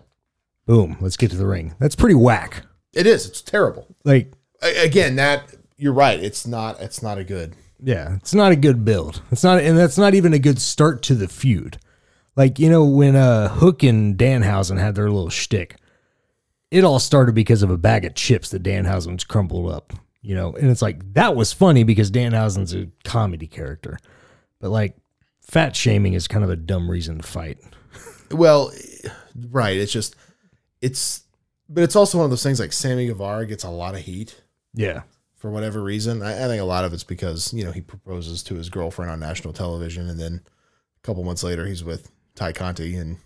[SPEAKER 3] Boom. Let's get to the ring. That's pretty whack.
[SPEAKER 2] It is. It's terrible.
[SPEAKER 3] Like,
[SPEAKER 2] A- again that you're right it's not it's not a good
[SPEAKER 3] Yeah, it's not a good build. It's not, and that's not even a good start to the feud. Like you know when uh, Hook and Danhausen had their little shtick, it all started because of a bag of chips that Danhausen's crumpled up. You know, and it's like that was funny because Danhausen's a comedy character, but like fat shaming is kind of a dumb reason to fight.
[SPEAKER 2] well right it's just it's but it's also one of those things like sammy guevara gets a lot of heat
[SPEAKER 3] Yeah,
[SPEAKER 2] for whatever reason i, I think a lot of it's because you know he proposes to his girlfriend on national television and then a couple months later he's with ty conti and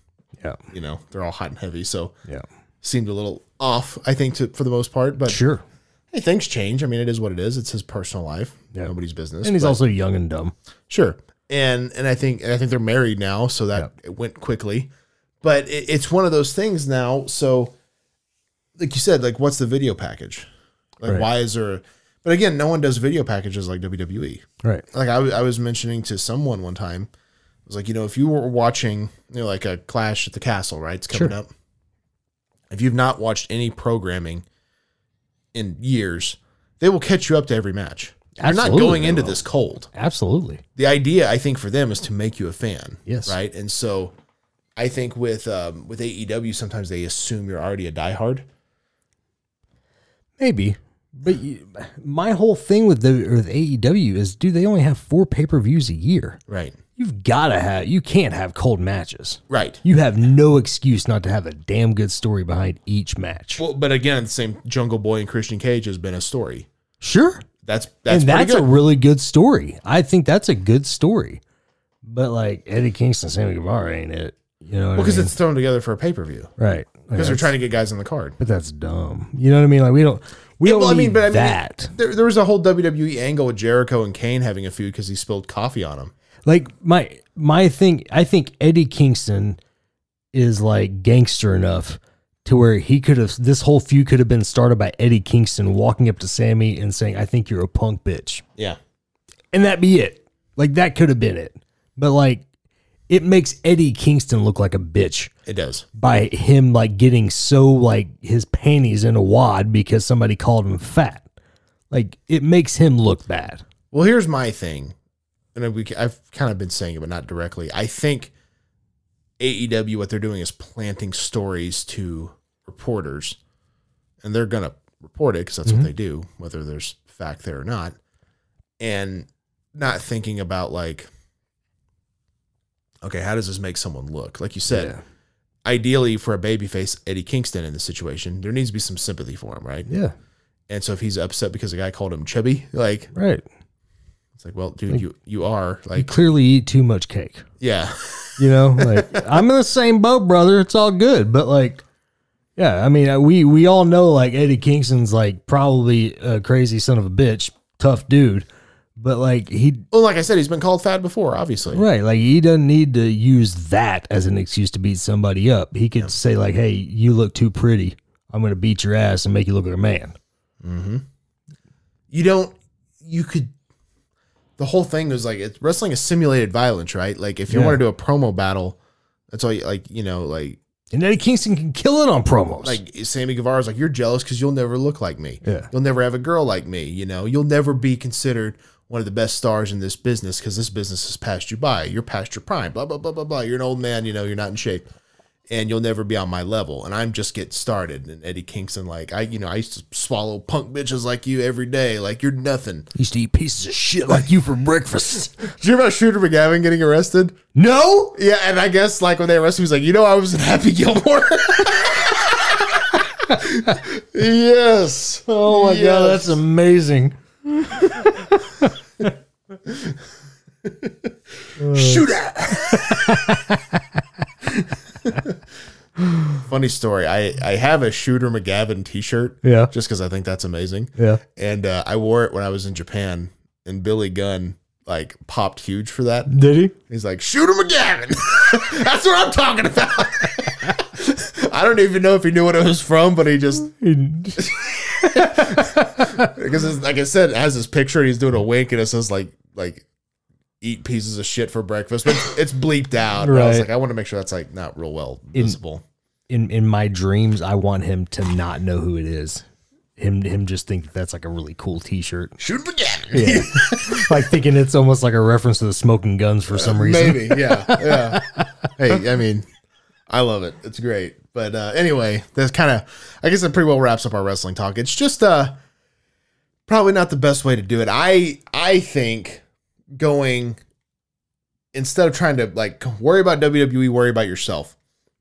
[SPEAKER 3] yeah,
[SPEAKER 2] you know they're all hot and heavy so
[SPEAKER 3] yeah.
[SPEAKER 2] seemed a little off i think to for the most part but
[SPEAKER 3] Sure,
[SPEAKER 2] hey, things change i mean it is what it is it's his personal life
[SPEAKER 3] Yeah.
[SPEAKER 2] nobody's business
[SPEAKER 3] and he's
[SPEAKER 2] but-
[SPEAKER 3] also young and dumb.
[SPEAKER 2] Sure. And and I think and I think they're married now, so that it went quickly. But it, it's one of those things now. So, like you said, like what's the video package? Like
[SPEAKER 3] Right.
[SPEAKER 2] why is there? But again, no one does video packages like WWE.
[SPEAKER 3] Right.
[SPEAKER 2] Like I, w- I was mentioning to someone one time, I was like, you know, if you were watching, you know, like a Clash at the Castle, right? It's coming up. If you've not watched any programming in years, they will catch you up to every match. You're not
[SPEAKER 3] Absolutely
[SPEAKER 2] going
[SPEAKER 3] they
[SPEAKER 2] into
[SPEAKER 3] will.
[SPEAKER 2] this cold
[SPEAKER 3] Absolutely.
[SPEAKER 2] the idea I think for them is to make you a fan.
[SPEAKER 3] Yes.
[SPEAKER 2] Right. And so I think with um, with AEW sometimes they assume you're already a diehard.
[SPEAKER 3] Maybe. But you, my whole thing with the with AEW is, dude, they only have four pay per views a year.
[SPEAKER 2] Right.
[SPEAKER 3] You've gotta have, you can't have cold matches.
[SPEAKER 2] Right.
[SPEAKER 3] You have no excuse not to have a damn good story behind each match.
[SPEAKER 2] Well, but again, the same Jungle Boy and Christian Cage has been a story.
[SPEAKER 3] sure,
[SPEAKER 2] That's that's
[SPEAKER 3] and
[SPEAKER 2] pretty
[SPEAKER 3] that's a
[SPEAKER 2] good.
[SPEAKER 3] really good story. I think that's a good story. But like Eddie Kingston, Sammy Guevara ain't it? You know,
[SPEAKER 2] because
[SPEAKER 3] because
[SPEAKER 2] it's thrown together for a pay per view.
[SPEAKER 3] right
[SPEAKER 2] Because they're
[SPEAKER 3] Like,
[SPEAKER 2] trying to get guys on the card.
[SPEAKER 3] But that's dumb. You know what I mean? Like we don't, we
[SPEAKER 2] Yeah,
[SPEAKER 3] don't
[SPEAKER 2] well,
[SPEAKER 3] need
[SPEAKER 2] it-
[SPEAKER 3] that.
[SPEAKER 2] there, there was a whole WWE angle with Jericho and Kane having a feud because he spilled coffee on him.
[SPEAKER 3] like my my thing i think eddie kingston is like gangster enough to where he could have this whole feud could have been started by eddie kingston walking up to sammy and saying i think you're a punk bitch
[SPEAKER 2] Yeah.
[SPEAKER 3] and that be it like that could have been it but like it makes eddie kingston look like a bitch
[SPEAKER 2] It does.
[SPEAKER 3] by him like getting so like his panties in a wad because somebody called him fat like it makes him look bad
[SPEAKER 2] Well, here's my thing, and we I've kind of been saying it, but not directly. I think AEW what they're doing is planting stories to reporters, and they're gonna report it because that's what they do, whether there's fact there or not, and not thinking about like okay, how does this make someone look? Like you said, ideally for a babyface Eddie Kingston in this situation, there needs to be some sympathy for him, right?
[SPEAKER 3] Yeah.
[SPEAKER 2] And so if he's upset because a guy called him chubby, like
[SPEAKER 3] Right.
[SPEAKER 2] it's like, well, dude, you you are
[SPEAKER 3] You
[SPEAKER 2] like,
[SPEAKER 3] clearly eat too much cake.
[SPEAKER 2] yeah,
[SPEAKER 3] You know, like I'm in the same boat, brother. It's all good, but like, yeah, I mean, I- we we all know like Eddie Kingston's like probably a crazy son of a bitch, tough dude, but like he
[SPEAKER 2] well, like I said, he's been called fat before, obviously.
[SPEAKER 3] right, like he doesn't need to use that as an excuse to beat somebody up. He could say like, "Hey, you look too pretty. I'm gonna beat your ass and make you look like a man."
[SPEAKER 2] You don't, you could. The whole thing was like it's wrestling is simulated violence, right? Like if you
[SPEAKER 3] Yeah.
[SPEAKER 2] want to do a promo battle, that's all. You, like you know, like
[SPEAKER 3] And Eddie Kingston can kill it on promos.
[SPEAKER 2] like Sammy Guevara's like, you're jealous because you'll never look like me.
[SPEAKER 3] Yeah.
[SPEAKER 2] You'll never have a girl like me. You know, you'll never be considered one of the best stars in this business because this business has passed you by. You're past your prime. Blah blah blah blah blah. You're an old man. You know, you're not in shape, and you'll never be on my level. And I'm just getting started. And Eddie Kingston, like I, you know, I used to swallow punk bitches like you every day. Like you're nothing.
[SPEAKER 3] used to eat pieces of shit like you for breakfast.
[SPEAKER 2] Did you hear about Shooter McGavin getting arrested?
[SPEAKER 3] no,
[SPEAKER 2] Yeah, and I guess like when they arrested, him, he was like, you know, I was in Happy Gilmore. yes.
[SPEAKER 3] oh my god,
[SPEAKER 2] Yes.
[SPEAKER 3] that's amazing.
[SPEAKER 2] Shoot at. Funny story. I, I have a Shooter McGavin T-shirt.
[SPEAKER 3] Yeah.
[SPEAKER 2] Just because I think that's amazing.
[SPEAKER 3] Yeah.
[SPEAKER 2] And uh, I wore it when I was in Japan, and Billy Gunn like popped huge for that.
[SPEAKER 3] Did he?
[SPEAKER 2] He's like Shooter McGavin. that's what I'm talking about. I don't even know if he knew what it was from, but he just because it's, like I said, it has this picture. and He's doing a wink, and it says like like eat pieces of shit for breakfast, but it's bleeped out. And I was
[SPEAKER 3] Right.
[SPEAKER 2] like, I want to make sure that's like not real well
[SPEAKER 3] In-
[SPEAKER 2] visible.
[SPEAKER 3] in in my dreams, I want him to not know who it is. Him him just think that that's like a really cool T-shirt,
[SPEAKER 2] Shoot McGavin.
[SPEAKER 3] like thinking it's almost like a reference to the smoking guns for some reason.
[SPEAKER 2] Maybe, yeah, yeah. hey, I mean, I love it. It's great. But uh, anyway, that's kind of, I guess that pretty well wraps up our wrestling talk. It's just uh, probably not the best way to do it. I I think going instead of trying to like worry about WWE, worry about yourself.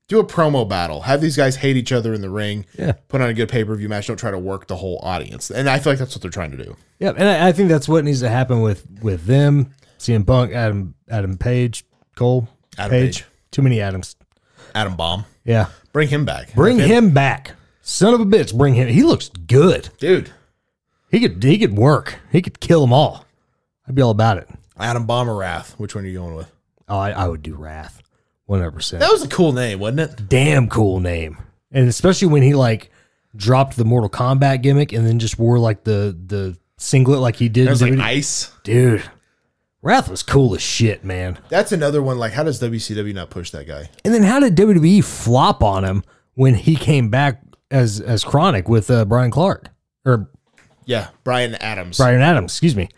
[SPEAKER 2] Do a promo battle. Have these guys hate each other in the ring.
[SPEAKER 3] Yeah.
[SPEAKER 2] Put on a good pay per view match. Don't try to work the whole audience. And I feel like that's what they're trying to do.
[SPEAKER 3] Yeah, and I, I think that's what needs to happen with with them. CM Punk, Adam Adam Page, Cole,
[SPEAKER 2] Adam Page.
[SPEAKER 3] too many Adams.
[SPEAKER 2] Adam Bomb,
[SPEAKER 3] Yeah,
[SPEAKER 2] bring him back.
[SPEAKER 3] bring
[SPEAKER 2] If it-
[SPEAKER 3] him back, son of a bitch. Bring him. He looks good.
[SPEAKER 2] dude.
[SPEAKER 3] He could he could work. He could kill them all. I'd be all about it.
[SPEAKER 2] Adam Bomb or Wrath? Which one are you going with?
[SPEAKER 3] Oh, I, I would do Wrath, one hundred percent.
[SPEAKER 2] That was a cool name, wasn't it?
[SPEAKER 3] damn cool name. And especially when he like dropped the Mortal Kombat gimmick and then just wore like the the singlet like he did.
[SPEAKER 2] It was like
[SPEAKER 3] dude.
[SPEAKER 2] Ice.
[SPEAKER 3] E. dude, Wrath was cool as shit, man.
[SPEAKER 2] That's another one. Like, how does WCW not push that guy?
[SPEAKER 3] And then how did WWE flop on him when he came back as as Chronic with uh, Brian Clark or
[SPEAKER 2] Yeah, Brian Adams.
[SPEAKER 3] Brian Adams? Excuse me.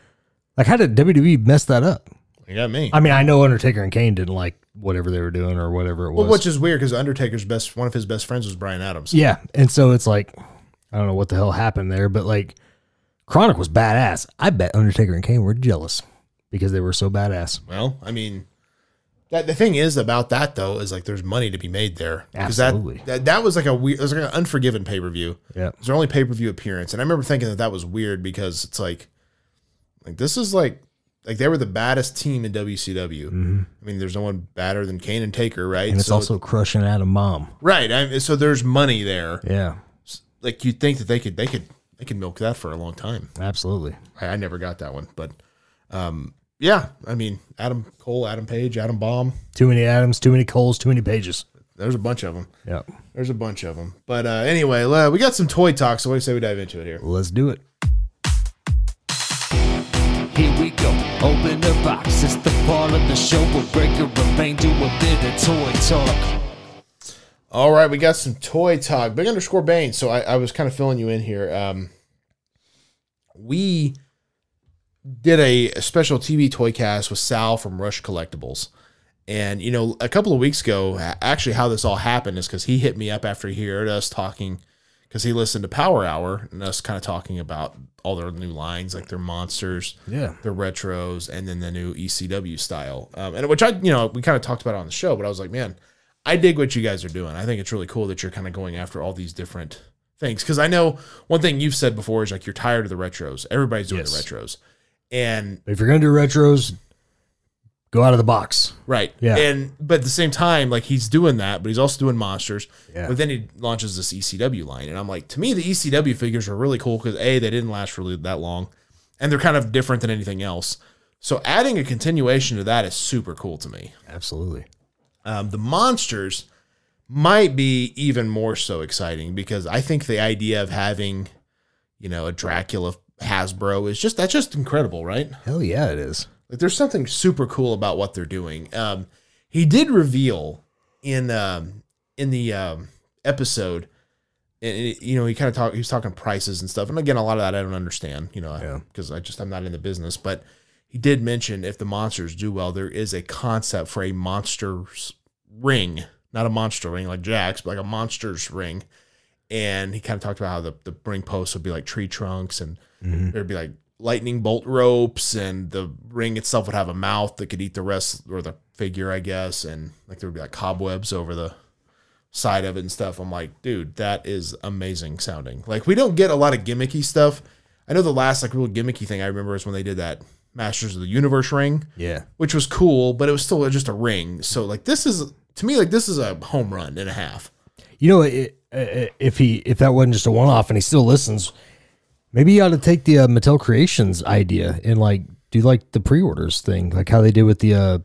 [SPEAKER 3] Like how did WWE mess that up?
[SPEAKER 2] You got me.
[SPEAKER 3] I mean, I know Undertaker and Kane didn't like whatever they were doing or whatever it was.
[SPEAKER 2] well, which is weird because Undertaker's best one of his best friends was Brian Adams.
[SPEAKER 3] Yeah. And so it's like, I don't know what the hell happened there, but like, Chronic was badass. I bet Undertaker and Kane were jealous because they were so badass.
[SPEAKER 2] Well, I mean, that the thing is about that though is like there's money to be made there because that,
[SPEAKER 3] Absolutely.
[SPEAKER 2] that that was like a weird, it was like an unforgiven pay per view.
[SPEAKER 3] Yeah.
[SPEAKER 2] It was their only pay per view appearance, and I remember thinking that that was weird because it's like, like this is like, like they were the baddest team in WCW. I mean, there's no one badder than Kane and Taker, right?
[SPEAKER 3] Mm-hmm. And it's
[SPEAKER 2] So-
[SPEAKER 3] also crushing Adam Mom.
[SPEAKER 2] Right. I, so there's money there.
[SPEAKER 3] Yeah.
[SPEAKER 2] Like you'd think that they could they could they could milk that for a long time.
[SPEAKER 3] Absolutely.
[SPEAKER 2] I, I never got that one, but um, yeah. I mean, Adam Cole, Adam Page, Adam Baum.
[SPEAKER 3] Too many Adams, too many Coles, too many pages.
[SPEAKER 2] There's a bunch of them.
[SPEAKER 3] Yeah.
[SPEAKER 2] There's a bunch of them. But uh, anyway, uh, we got some toy talk, so what do you say we dive into it here?
[SPEAKER 3] Let's do it.
[SPEAKER 5] Here we go, open the box. It's the part of the show where Breaker and Bane do a bit of toy talk.
[SPEAKER 2] All right, we got some toy talk. Big underscore Bane. So I, I was kind of filling you in here. Um, we did a, a special TV toy cast with Sal from Rush Collectibles. And, you know, a couple of weeks ago, a- actually, how this all happened is because he hit me up after he heard us talking. because he listened to Power Hour and us kind of talking about all their new lines, like their monsters,
[SPEAKER 3] Yeah.
[SPEAKER 2] their retros, and then the new ECW style. Um, and which I, you know, we kind of talked about it on the show, but I was like, man, I dig what you guys are doing. I think it's really cool that you're kind of going after all these different things because I know one thing you've said before is like you're tired of the retros. Everybody's doing
[SPEAKER 3] Yes.
[SPEAKER 2] the retros, and
[SPEAKER 3] If you're gonna do retros, go out of the box.
[SPEAKER 2] Right.
[SPEAKER 3] Yeah.
[SPEAKER 2] And but at the same time, like he's doing that, but he's also doing monsters.
[SPEAKER 3] Yeah.
[SPEAKER 2] But then he launches this ECW line, and I'm like, to me, the ECW figures are really cool because a they didn't last really that long, and they're kind of different than anything else. So adding a continuation to that is super cool to me.
[SPEAKER 3] Absolutely.
[SPEAKER 2] Um, the monsters might be even more so exciting because I think the idea of having, you know, a Dracula Hasbro is just that's just incredible, right?
[SPEAKER 3] Hell yeah, it is.
[SPEAKER 2] Like there's something super cool about what they're doing. Um, he did reveal in um, in the um, episode, and it- you know he kind of talked. He was talking prices and stuff. And again, a lot of that I don't understand. You know, because I just I'm not in the business. But he did mention if the monsters do well, there is a concept for a monsters ring, not a monster ring like Jack's, but like a monsters ring. And he kind of talked about how the, the ring posts would be like tree trunks and there'd be like lightning bolt ropes and the ring itself would have a mouth that could eat the rest or the figure i guess and like there would be like cobwebs over the side of it and stuff i'm like dude that is amazing sounding like we don't get a lot of gimmicky stuff i know the last like real gimmicky thing i remember is when they did that masters of the universe ring
[SPEAKER 3] Yeah.
[SPEAKER 2] which was cool but it was still just a ring so like this is to me like this is a home run and a half
[SPEAKER 3] You know, it, uh, if he if that wasn't just a one off and he still listens, maybe you ought to take the uh, Mattel Creations idea and like do like the pre orders thing, like how they did with the uh,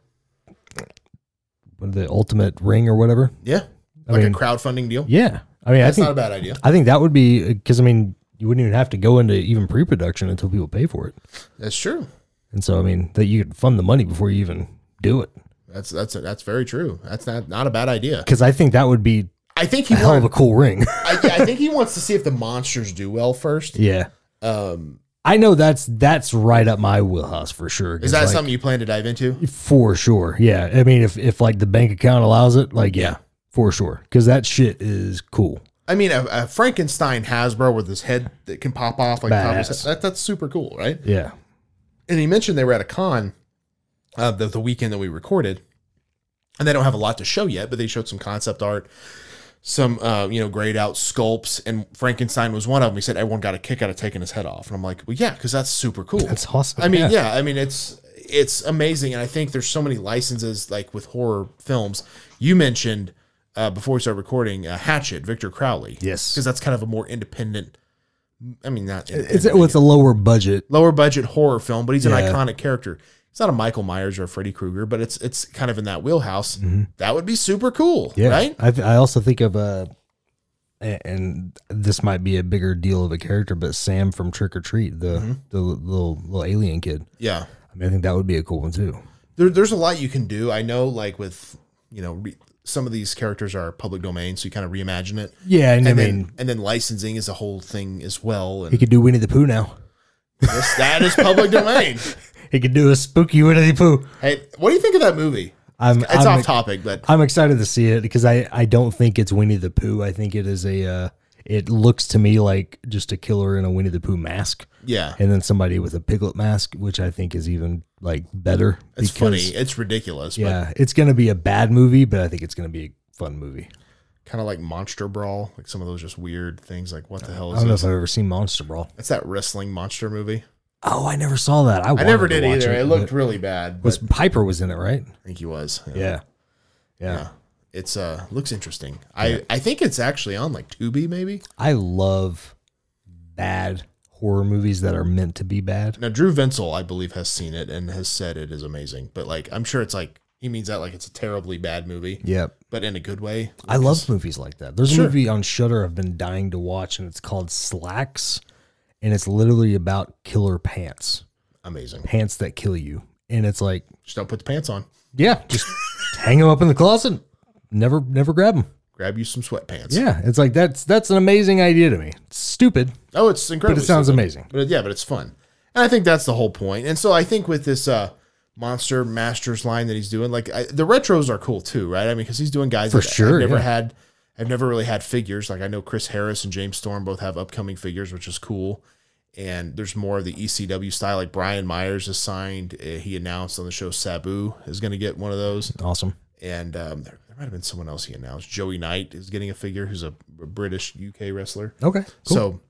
[SPEAKER 3] what, the Ultimate Ring or whatever.
[SPEAKER 2] yeah
[SPEAKER 3] I
[SPEAKER 2] like
[SPEAKER 3] mean-
[SPEAKER 2] a crowdfunding deal
[SPEAKER 3] Yeah, I mean,
[SPEAKER 2] that's
[SPEAKER 3] I think
[SPEAKER 2] not a bad idea
[SPEAKER 3] I think that would be because I mean you wouldn't even have to go into even pre production until people pay for it,
[SPEAKER 2] that's true
[SPEAKER 3] and so I mean that you could fund the money before you even do it
[SPEAKER 2] That's that's that's very true. That's not not a bad idea.
[SPEAKER 3] because I think that would be
[SPEAKER 2] I think he
[SPEAKER 3] a hell of a
[SPEAKER 2] wants,
[SPEAKER 3] cool ring.
[SPEAKER 2] I, I think he wants to see if the monsters do well first.
[SPEAKER 3] yeah.
[SPEAKER 2] Um,
[SPEAKER 3] I know that's that's right up my wheelhouse for sure.
[SPEAKER 2] is
[SPEAKER 3] 'cause,
[SPEAKER 2] that
[SPEAKER 3] like,
[SPEAKER 2] something you plan to dive into?
[SPEAKER 3] For sure. Yeah. I mean, if, if like the bank account allows it, like, yeah, for sure. Cause that shit is cool.
[SPEAKER 2] I mean, a, a Frankenstein Hasbro with his head that can pop off like top of his
[SPEAKER 3] Badass.
[SPEAKER 2] head, that, that's super cool, right?
[SPEAKER 3] Yeah.
[SPEAKER 2] And he mentioned they were at a con uh, the, the weekend that we recorded, and they don't have a lot to show yet, but they showed some concept art, some uh, you know grayed out sculpts, and Frankenstein was one of them. He said everyone got a kick out of taking his head off, and I'm like, well, yeah, because that's super cool.
[SPEAKER 3] That's awesome.
[SPEAKER 2] I mean, yeah. I mean, it's it's amazing, and I think there's so many licenses like with horror films. You mentioned uh, before we started recording uh, Hatchet, Victor Crowley,
[SPEAKER 3] Yes.
[SPEAKER 2] because that's kind of a more independent. I mean, not
[SPEAKER 3] It's, well, it's a lower budget.
[SPEAKER 2] lower budget horror film, but he's an
[SPEAKER 3] Yeah.
[SPEAKER 2] iconic character. It's not a Michael Myers or a Freddy Krueger, but it's it's kind of in that wheelhouse. That would be super cool,
[SPEAKER 3] Mm-hmm. Yeah.
[SPEAKER 2] right?
[SPEAKER 3] I, th- I also think of, uh, a- and this might be a bigger deal of a character, but Sam from Trick or Treat, the
[SPEAKER 2] Mm-hmm.
[SPEAKER 3] the little little alien kid.
[SPEAKER 2] Yeah.
[SPEAKER 3] I mean, I think that would be a cool one too.
[SPEAKER 2] there, there's a lot you can do. I know, like with you know, re, some of these characters are public domain, so you kind of reimagine it.
[SPEAKER 3] Yeah, and,
[SPEAKER 2] And
[SPEAKER 3] I
[SPEAKER 2] then,
[SPEAKER 3] mean,
[SPEAKER 2] and then licensing is a whole thing as well.
[SPEAKER 3] he
[SPEAKER 2] And
[SPEAKER 3] could do Winnie the Pooh now.
[SPEAKER 2] this, that is public domain.
[SPEAKER 3] He could do a spooky Winnie the Pooh.
[SPEAKER 2] Hey, what do you think of that movie?
[SPEAKER 3] I'm,
[SPEAKER 2] It's
[SPEAKER 3] I'm,
[SPEAKER 2] off topic, but
[SPEAKER 3] I'm excited to see it because I, I don't think it's Winnie the Pooh. I think it is a uh, it looks to me like just a killer in a Winnie the Pooh mask,
[SPEAKER 2] yeah,
[SPEAKER 3] and then somebody with a piglet mask, which I think is even like better.
[SPEAKER 2] it's funny.
[SPEAKER 3] because-
[SPEAKER 2] It's ridiculous.
[SPEAKER 3] Yeah, it's gonna be a bad movie, but I think it's gonna be a fun movie.
[SPEAKER 2] but kind of like Monster Brawl, like some of those just weird things. Like what the hell
[SPEAKER 3] Uh, I
[SPEAKER 2] is
[SPEAKER 3] don't know if
[SPEAKER 2] this?
[SPEAKER 3] I've ever seen Monster Brawl.
[SPEAKER 2] It's that wrestling monster movie.
[SPEAKER 3] Oh, I never saw that. I,
[SPEAKER 2] I never
[SPEAKER 3] wanted to
[SPEAKER 2] did
[SPEAKER 3] watch
[SPEAKER 2] either. It, looked
[SPEAKER 3] but-
[SPEAKER 2] really bad. But
[SPEAKER 3] was Piper was in it, right?
[SPEAKER 2] I think he was.
[SPEAKER 3] Yeah. yeah,
[SPEAKER 2] Yeah. It's uh looks interesting. I I think it's actually on like Tubi maybe.
[SPEAKER 3] I love bad horror movies that are meant to be bad.
[SPEAKER 2] Now Drew Vinsel, I believe, has seen it and has said it is amazing. But like I'm sure it's like he means that like it's a terribly bad movie,
[SPEAKER 3] Yep.
[SPEAKER 2] but in a good way.
[SPEAKER 3] I love movies like that. There's
[SPEAKER 2] Sure.
[SPEAKER 3] a movie on Shudder I've been dying to watch, and it's called Slacks, and it's literally about killer pants,
[SPEAKER 2] Amazing.
[SPEAKER 3] pants that kill you. And it's like,
[SPEAKER 2] Just don't put the pants on.
[SPEAKER 3] yeah, just hang them up in the closet, never, never grab them.
[SPEAKER 2] Grab you some sweatpants.
[SPEAKER 3] Yeah, it's like that's that's an amazing idea to me. It's stupid,
[SPEAKER 2] Oh, it's
[SPEAKER 3] but
[SPEAKER 2] incredible.
[SPEAKER 3] it sounds amazing.
[SPEAKER 2] But yeah, but it's fun. And I think that's the whole point. And so I think with this uh Monster Masters line that he's doing, like I, the retros are cool too, right? I mean, because he's doing guys
[SPEAKER 3] For
[SPEAKER 2] that I've
[SPEAKER 3] sure,
[SPEAKER 2] never
[SPEAKER 3] yeah.
[SPEAKER 2] had. I've never really had figures. Like I know Chris Harris and James Storm both have upcoming figures, which is cool. And there's more of the ECW style. Like Brian Myers is signed. Uh, He announced on the show Sabu is going to get one of those.
[SPEAKER 3] Awesome.
[SPEAKER 2] And um, there, there might have been someone else he announced. Joey Knight is getting a figure, who's a British UK wrestler.
[SPEAKER 3] Okay. Cool.
[SPEAKER 2] So,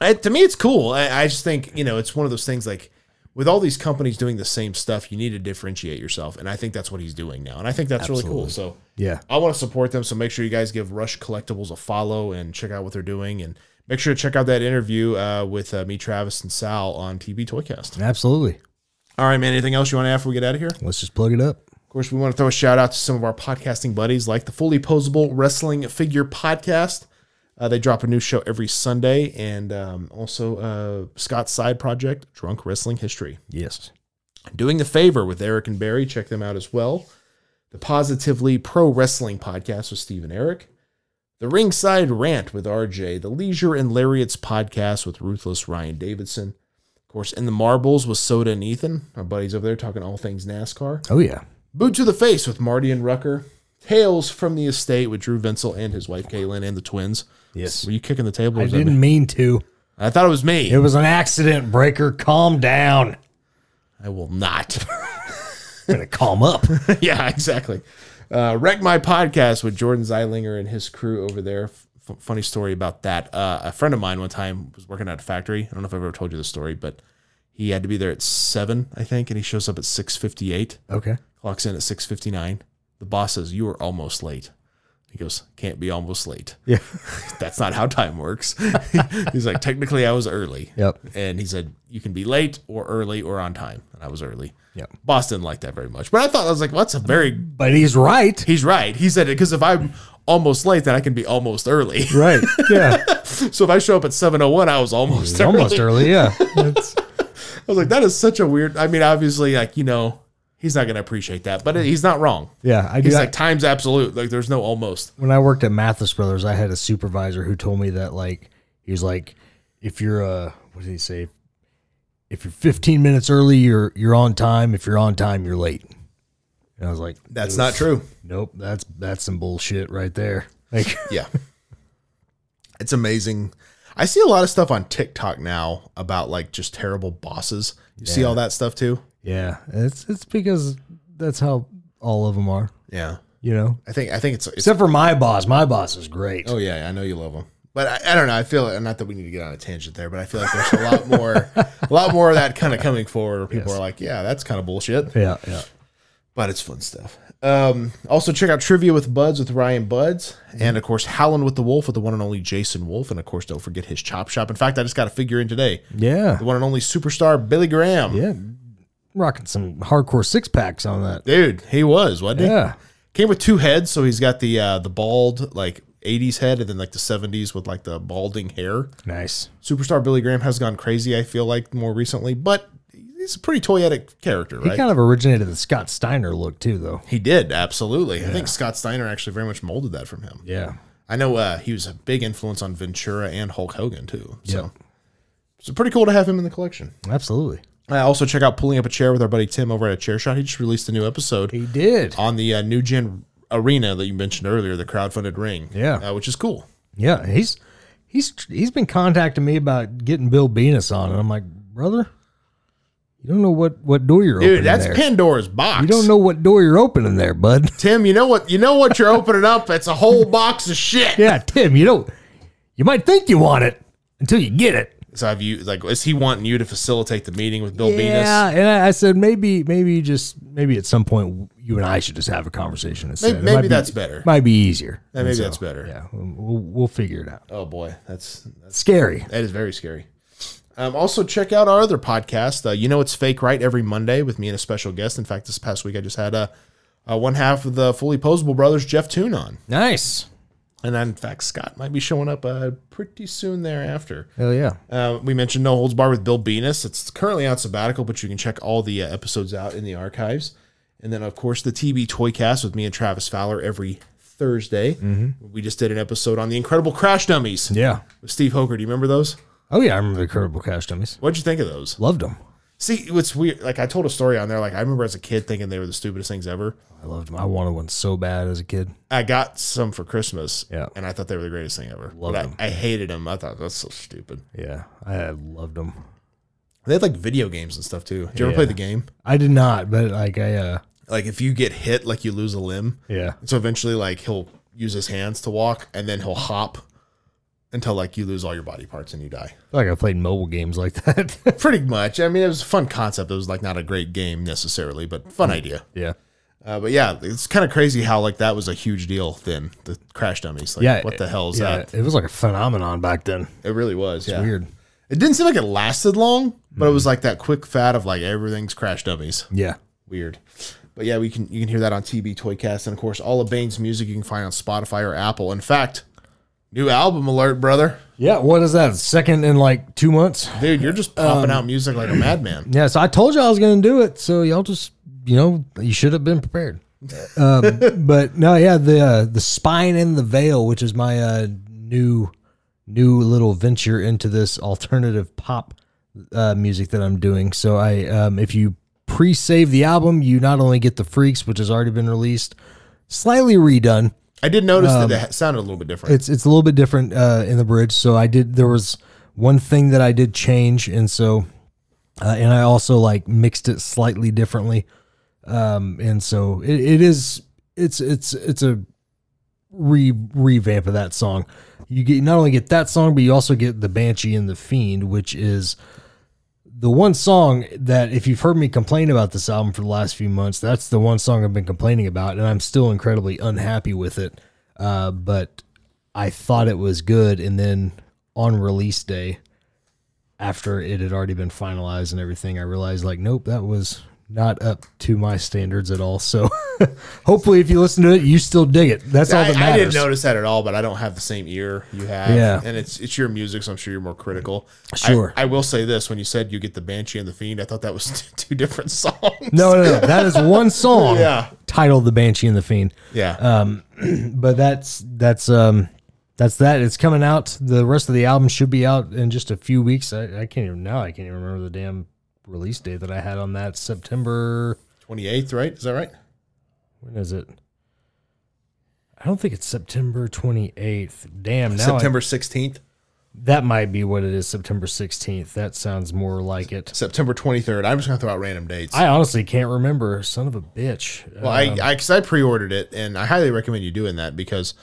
[SPEAKER 2] I, to me, it's cool. I, I just think you know it's one of those things like with all these companies doing the same stuff, you need to differentiate yourself, and I think that's what he's doing now, and I think that's really cool. So
[SPEAKER 3] yeah.
[SPEAKER 2] I want to support them. So make sure you guys give Rush Collectibles a follow and check out what they're doing, and make sure to check out that interview uh, with uh, me, Travis, and Sal on TV Toycast.
[SPEAKER 3] Absolutely.
[SPEAKER 2] All right, man. Anything else you want to add before we get out of here?
[SPEAKER 3] Let's just plug it up.
[SPEAKER 2] Of course, we want to throw a shout out to some of our podcasting buddies, like the Fully Posable Wrestling Figure Podcast. Uh, they drop a new show every Sunday, and um, also uh, Scott's side project, Drunk Wrestling History.
[SPEAKER 3] Yes.
[SPEAKER 2] Doing the favor with Eric and Barry. Check them out as well. The Positively Pro Wrestling Podcast with Steve and Eric. The Ringside Rant with RJ. The Leisure and Lariats Podcast with Ruthless Ryan Davidson. Of course, in the Marbles with Soda and Ethan. Our buddies over there talking all things NASCAR.
[SPEAKER 3] Oh yeah.
[SPEAKER 2] Boot to the Face with Marty and Rucker. Tales from the Estate with Drew Vinsel and his wife Kaylin and the twins.
[SPEAKER 3] Yes.
[SPEAKER 2] Were you kicking the table? or
[SPEAKER 3] I
[SPEAKER 2] was that me?
[SPEAKER 3] didn't mean to.
[SPEAKER 2] I thought it was me.
[SPEAKER 3] It was an accident, Breaker. Calm down.
[SPEAKER 2] I will not.
[SPEAKER 3] I'm gonna calm up.
[SPEAKER 2] yeah, exactly. Uh, Wreck My Podcast with Jordan Zeilinger and his crew over there. F- funny story about that. Uh, a friend of mine one time was working at a factory. I don't know if I've ever told you this story, but he had to be there at seven, I think, and he shows up at six fifty-eight.
[SPEAKER 3] Okay.
[SPEAKER 2] Clocks in at six fifty-nine. The boss says, "You are almost late." He goes, "Can't be almost late."
[SPEAKER 3] Yeah.
[SPEAKER 2] that's not how time works. He's like, technically, I was early.
[SPEAKER 3] Yep.
[SPEAKER 2] And he said, you can be late or early or on time. And I was early.
[SPEAKER 3] Yep.
[SPEAKER 2] Boss didn't like that very much. But I thought, I was like, well, that's a very,
[SPEAKER 3] But he's right.
[SPEAKER 2] he's right. He said it because if I'm almost late, then I can be almost early.
[SPEAKER 3] Right. Yeah.
[SPEAKER 2] so if I show up at 7.01, I was almost early.
[SPEAKER 3] Almost early. Yeah. That's-
[SPEAKER 2] I was like, that is such a weird, I mean, obviously, like, you know, he's not going to appreciate that, but he's not wrong.
[SPEAKER 3] yeah. I do.
[SPEAKER 2] He's
[SPEAKER 3] that.
[SPEAKER 2] like, time's absolute. Like, there's no almost.
[SPEAKER 3] when I worked at Mathis Brothers, I had a supervisor who told me that like he was like, if you're uh what did he say? If you're 15 minutes early, you're you're on time. If you're on time, you're late. And I was like,
[SPEAKER 2] That's not true.
[SPEAKER 3] nope, that's that's some bullshit right there. Like,
[SPEAKER 2] Yeah. It's amazing. I see a lot of stuff on TikTok now about like just terrible bosses. You see all that stuff too?
[SPEAKER 3] yeah, it's it's because that's how all of them are,
[SPEAKER 2] Yeah.
[SPEAKER 3] you know.
[SPEAKER 2] I think I think it's, it's
[SPEAKER 3] Except for my boss. My boss is great.
[SPEAKER 2] Oh yeah, I know you love them. But I, I don't know. I feel not that we need to get on a tangent there, but I feel like there's a lot more a lot more of that kind of coming forward where people are like, yeah, that's kind of bullshit.
[SPEAKER 3] Yeah, yeah.
[SPEAKER 2] but it's fun stuff. Um, also, check out Trivia with Buds with Ryan Buds, and of course, Howlin' with the Wolf with the one and only Jason Wolf, and of course, don't forget his Chop Shop. In fact, I just got a figure in today.
[SPEAKER 3] Yeah.
[SPEAKER 2] The one and only superstar Billy Graham.
[SPEAKER 3] Yeah. Rocking some hardcore six packs on that.
[SPEAKER 2] Dude, he was, wasn't he?
[SPEAKER 3] Yeah.
[SPEAKER 2] Came with two heads, so he's got the uh, the bald like '80s head, and then like the '70s with like the balding hair.
[SPEAKER 3] Nice.
[SPEAKER 2] Superstar Billy Graham has gone crazy. I feel like more recently, but he's a pretty toyetic character,
[SPEAKER 3] He
[SPEAKER 2] right?
[SPEAKER 3] kind of originated the Scott Steiner look too, though.
[SPEAKER 2] he did absolutely. I think Scott Steiner actually very much molded that from him.
[SPEAKER 3] Yeah.
[SPEAKER 2] I know uh, he was a big influence on Ventura and Hulk Hogan too. So it's pretty cool to have him in the collection.
[SPEAKER 3] Absolutely.
[SPEAKER 2] I also check out pulling up a chair with our buddy Tim over at a Chair Shot. He just released a new episode
[SPEAKER 3] He did.
[SPEAKER 2] on the uh, new gen arena that you mentioned earlier, the crowdfunded ring.
[SPEAKER 3] Yeah.
[SPEAKER 2] uh, which is cool.
[SPEAKER 3] Yeah, he's he's he's been contacting me about getting Bill Venus on, and I'm like, brother, you don't know what what door you're opening
[SPEAKER 2] Dude, that's
[SPEAKER 3] there.
[SPEAKER 2] Pandora's box.
[SPEAKER 3] you don't know what door you're opening there, bud.
[SPEAKER 2] Tim. You know what? You know what you're opening up. It's a whole box of shit.
[SPEAKER 3] yeah, Tim, you don't. You might think you want it until you get it.
[SPEAKER 2] So have you like? Is he wanting you to facilitate the meeting with Bill
[SPEAKER 3] Yeah,
[SPEAKER 2] Venus?
[SPEAKER 3] and I, I said maybe maybe you just maybe at some point you and I should just have a conversation. Instead. It
[SPEAKER 2] maybe
[SPEAKER 3] might be-
[SPEAKER 2] that's better.
[SPEAKER 3] Might be easier.
[SPEAKER 2] Yeah, maybe that's better.
[SPEAKER 3] Yeah, we'll, we'll figure it out.
[SPEAKER 2] Oh boy, that's
[SPEAKER 3] Scary.
[SPEAKER 2] That is very scary. Um, also, check out our other podcast. Uh, you know it's fake, right? Every Monday with me and a special guest. In fact, this past week I just had uh, uh, one half of the fully posable brothers, Jeff Toon, on,
[SPEAKER 3] Nice.
[SPEAKER 2] and in fact Scott might be showing up uh, pretty soon thereafter.
[SPEAKER 3] Hell yeah.
[SPEAKER 2] Uh, we mentioned No Holds Bar with Bill Venus. It's currently on sabbatical, but you can check all the uh, episodes out in the archives. And then, of course, the TB Toycast with me and Travis Fowler every Thursday. We just did an episode on the Incredible Crash Dummies
[SPEAKER 3] Mm-hmm. Yeah.
[SPEAKER 2] with Steve Hoker. Do you remember those?
[SPEAKER 3] Oh yeah, I remember the Curable Cash Dummies.
[SPEAKER 2] What'd you think of those?
[SPEAKER 3] Loved them.
[SPEAKER 2] See, what's weird? Like I told a story on there. Like I remember as a kid thinking they were the stupidest things ever.
[SPEAKER 3] I loved them. I wanted one so bad as a kid.
[SPEAKER 2] I got some for Christmas,
[SPEAKER 3] Yeah.
[SPEAKER 2] and I thought they were the greatest thing ever.
[SPEAKER 3] Love
[SPEAKER 2] but I-
[SPEAKER 3] them.
[SPEAKER 2] I, hated them. I thought that's so stupid.
[SPEAKER 3] Yeah, I loved them.
[SPEAKER 2] They had like video games and stuff too. Did you ever play
[SPEAKER 3] Yeah.
[SPEAKER 2] the game?
[SPEAKER 3] I did not, but like I uh
[SPEAKER 2] Like if you get hit, like you lose a limb.
[SPEAKER 3] yeah.
[SPEAKER 2] So eventually, like he'll use his hands to walk, and then he'll hop until like you lose all your body parts and you die.
[SPEAKER 3] I feel like I played mobile games like that.
[SPEAKER 2] Pretty much. I mean, it was a fun concept. It was like not a great game necessarily, but fun
[SPEAKER 3] Mm-hmm.
[SPEAKER 2] idea.
[SPEAKER 3] yeah.
[SPEAKER 2] Uh, but yeah, it's kind of crazy how like that was a huge deal then. The crash dummies. Like,
[SPEAKER 3] yeah.
[SPEAKER 2] What the hell is
[SPEAKER 3] yeah,
[SPEAKER 2] that?
[SPEAKER 3] It was like a phenomenon back then.
[SPEAKER 2] It really was. yeah.
[SPEAKER 3] Weird. Mm-hmm.
[SPEAKER 2] It didn't seem like it lasted long, but it was like that quick fad of like everything's crash dummies.
[SPEAKER 3] Yeah.
[SPEAKER 2] Weird. But yeah, we can you can hear that on TB Toycast and of course all of Bane's music you can find on Spotify or Apple. In fact, new album alert, brother.
[SPEAKER 3] Yeah, what is that? Second in like two months?
[SPEAKER 2] Dude, you're just popping
[SPEAKER 3] Um,
[SPEAKER 2] out music like a madman.
[SPEAKER 3] Yeah, so I told you I was going to do it. So y'all just, you know, you should have been prepared. um, but no, yeah, the uh, the spine and the veil, which is my uh, new new little venture into this alternative pop uh, music that I'm doing. So I, um, if you pre-save the album, you not only get the Freaks, which has already been released, slightly redone,
[SPEAKER 2] I did notice that
[SPEAKER 3] um,
[SPEAKER 2] it sounded a little bit different.
[SPEAKER 3] it's it's a little bit different uh, in the bridge. So I did there was one thing that I did change, and so uh, and I also like mixed it slightly differently. Um, and so it, it is it's it's it's a re revamp of that song. You get you not only get that song, but you also get the Banshee and the Fiend, which is the one song that if you've heard me complain about this album for the last few months, that's the one song I've been complaining about, and I'm still incredibly unhappy with it. Uh, but I thought it was good, and then on release day, after it had already been finalized and everything, I realized like, nope, that was not up to my standards at all. So hopefully, if you listen to it, you still dig it. That's all that
[SPEAKER 2] I, I
[SPEAKER 3] matters.
[SPEAKER 2] didn't notice that at all, but I don't have the same ear you have.
[SPEAKER 3] Yeah.
[SPEAKER 2] And it's it's your music, so I'm sure you're more critical. I-
[SPEAKER 3] Sure.
[SPEAKER 2] I, will say this when you said you get the Banshee and the Fiend, I thought that was t- two different songs.
[SPEAKER 3] No, no, no. That is one song
[SPEAKER 2] Yeah.
[SPEAKER 3] titled "The Banshee and the Fiend."
[SPEAKER 2] Yeah.
[SPEAKER 3] Um, but that's that's um that's that it's coming out the rest of the album should be out in just a few weeks i, I can't even now i can't even remember the damn release date that i had on that september
[SPEAKER 2] 28th, right? Is that right?
[SPEAKER 3] when is it i don't think it's september 28th damn now I-
[SPEAKER 2] September 16th,
[SPEAKER 3] that might be what it is september 16th that sounds more like it
[SPEAKER 2] September 23rd. I'm just going to throw out random dates.
[SPEAKER 3] i honestly can't remember son of a bitch Uh,
[SPEAKER 2] well, I, I, cause I pre-ordered it and I highly recommend you doing that because,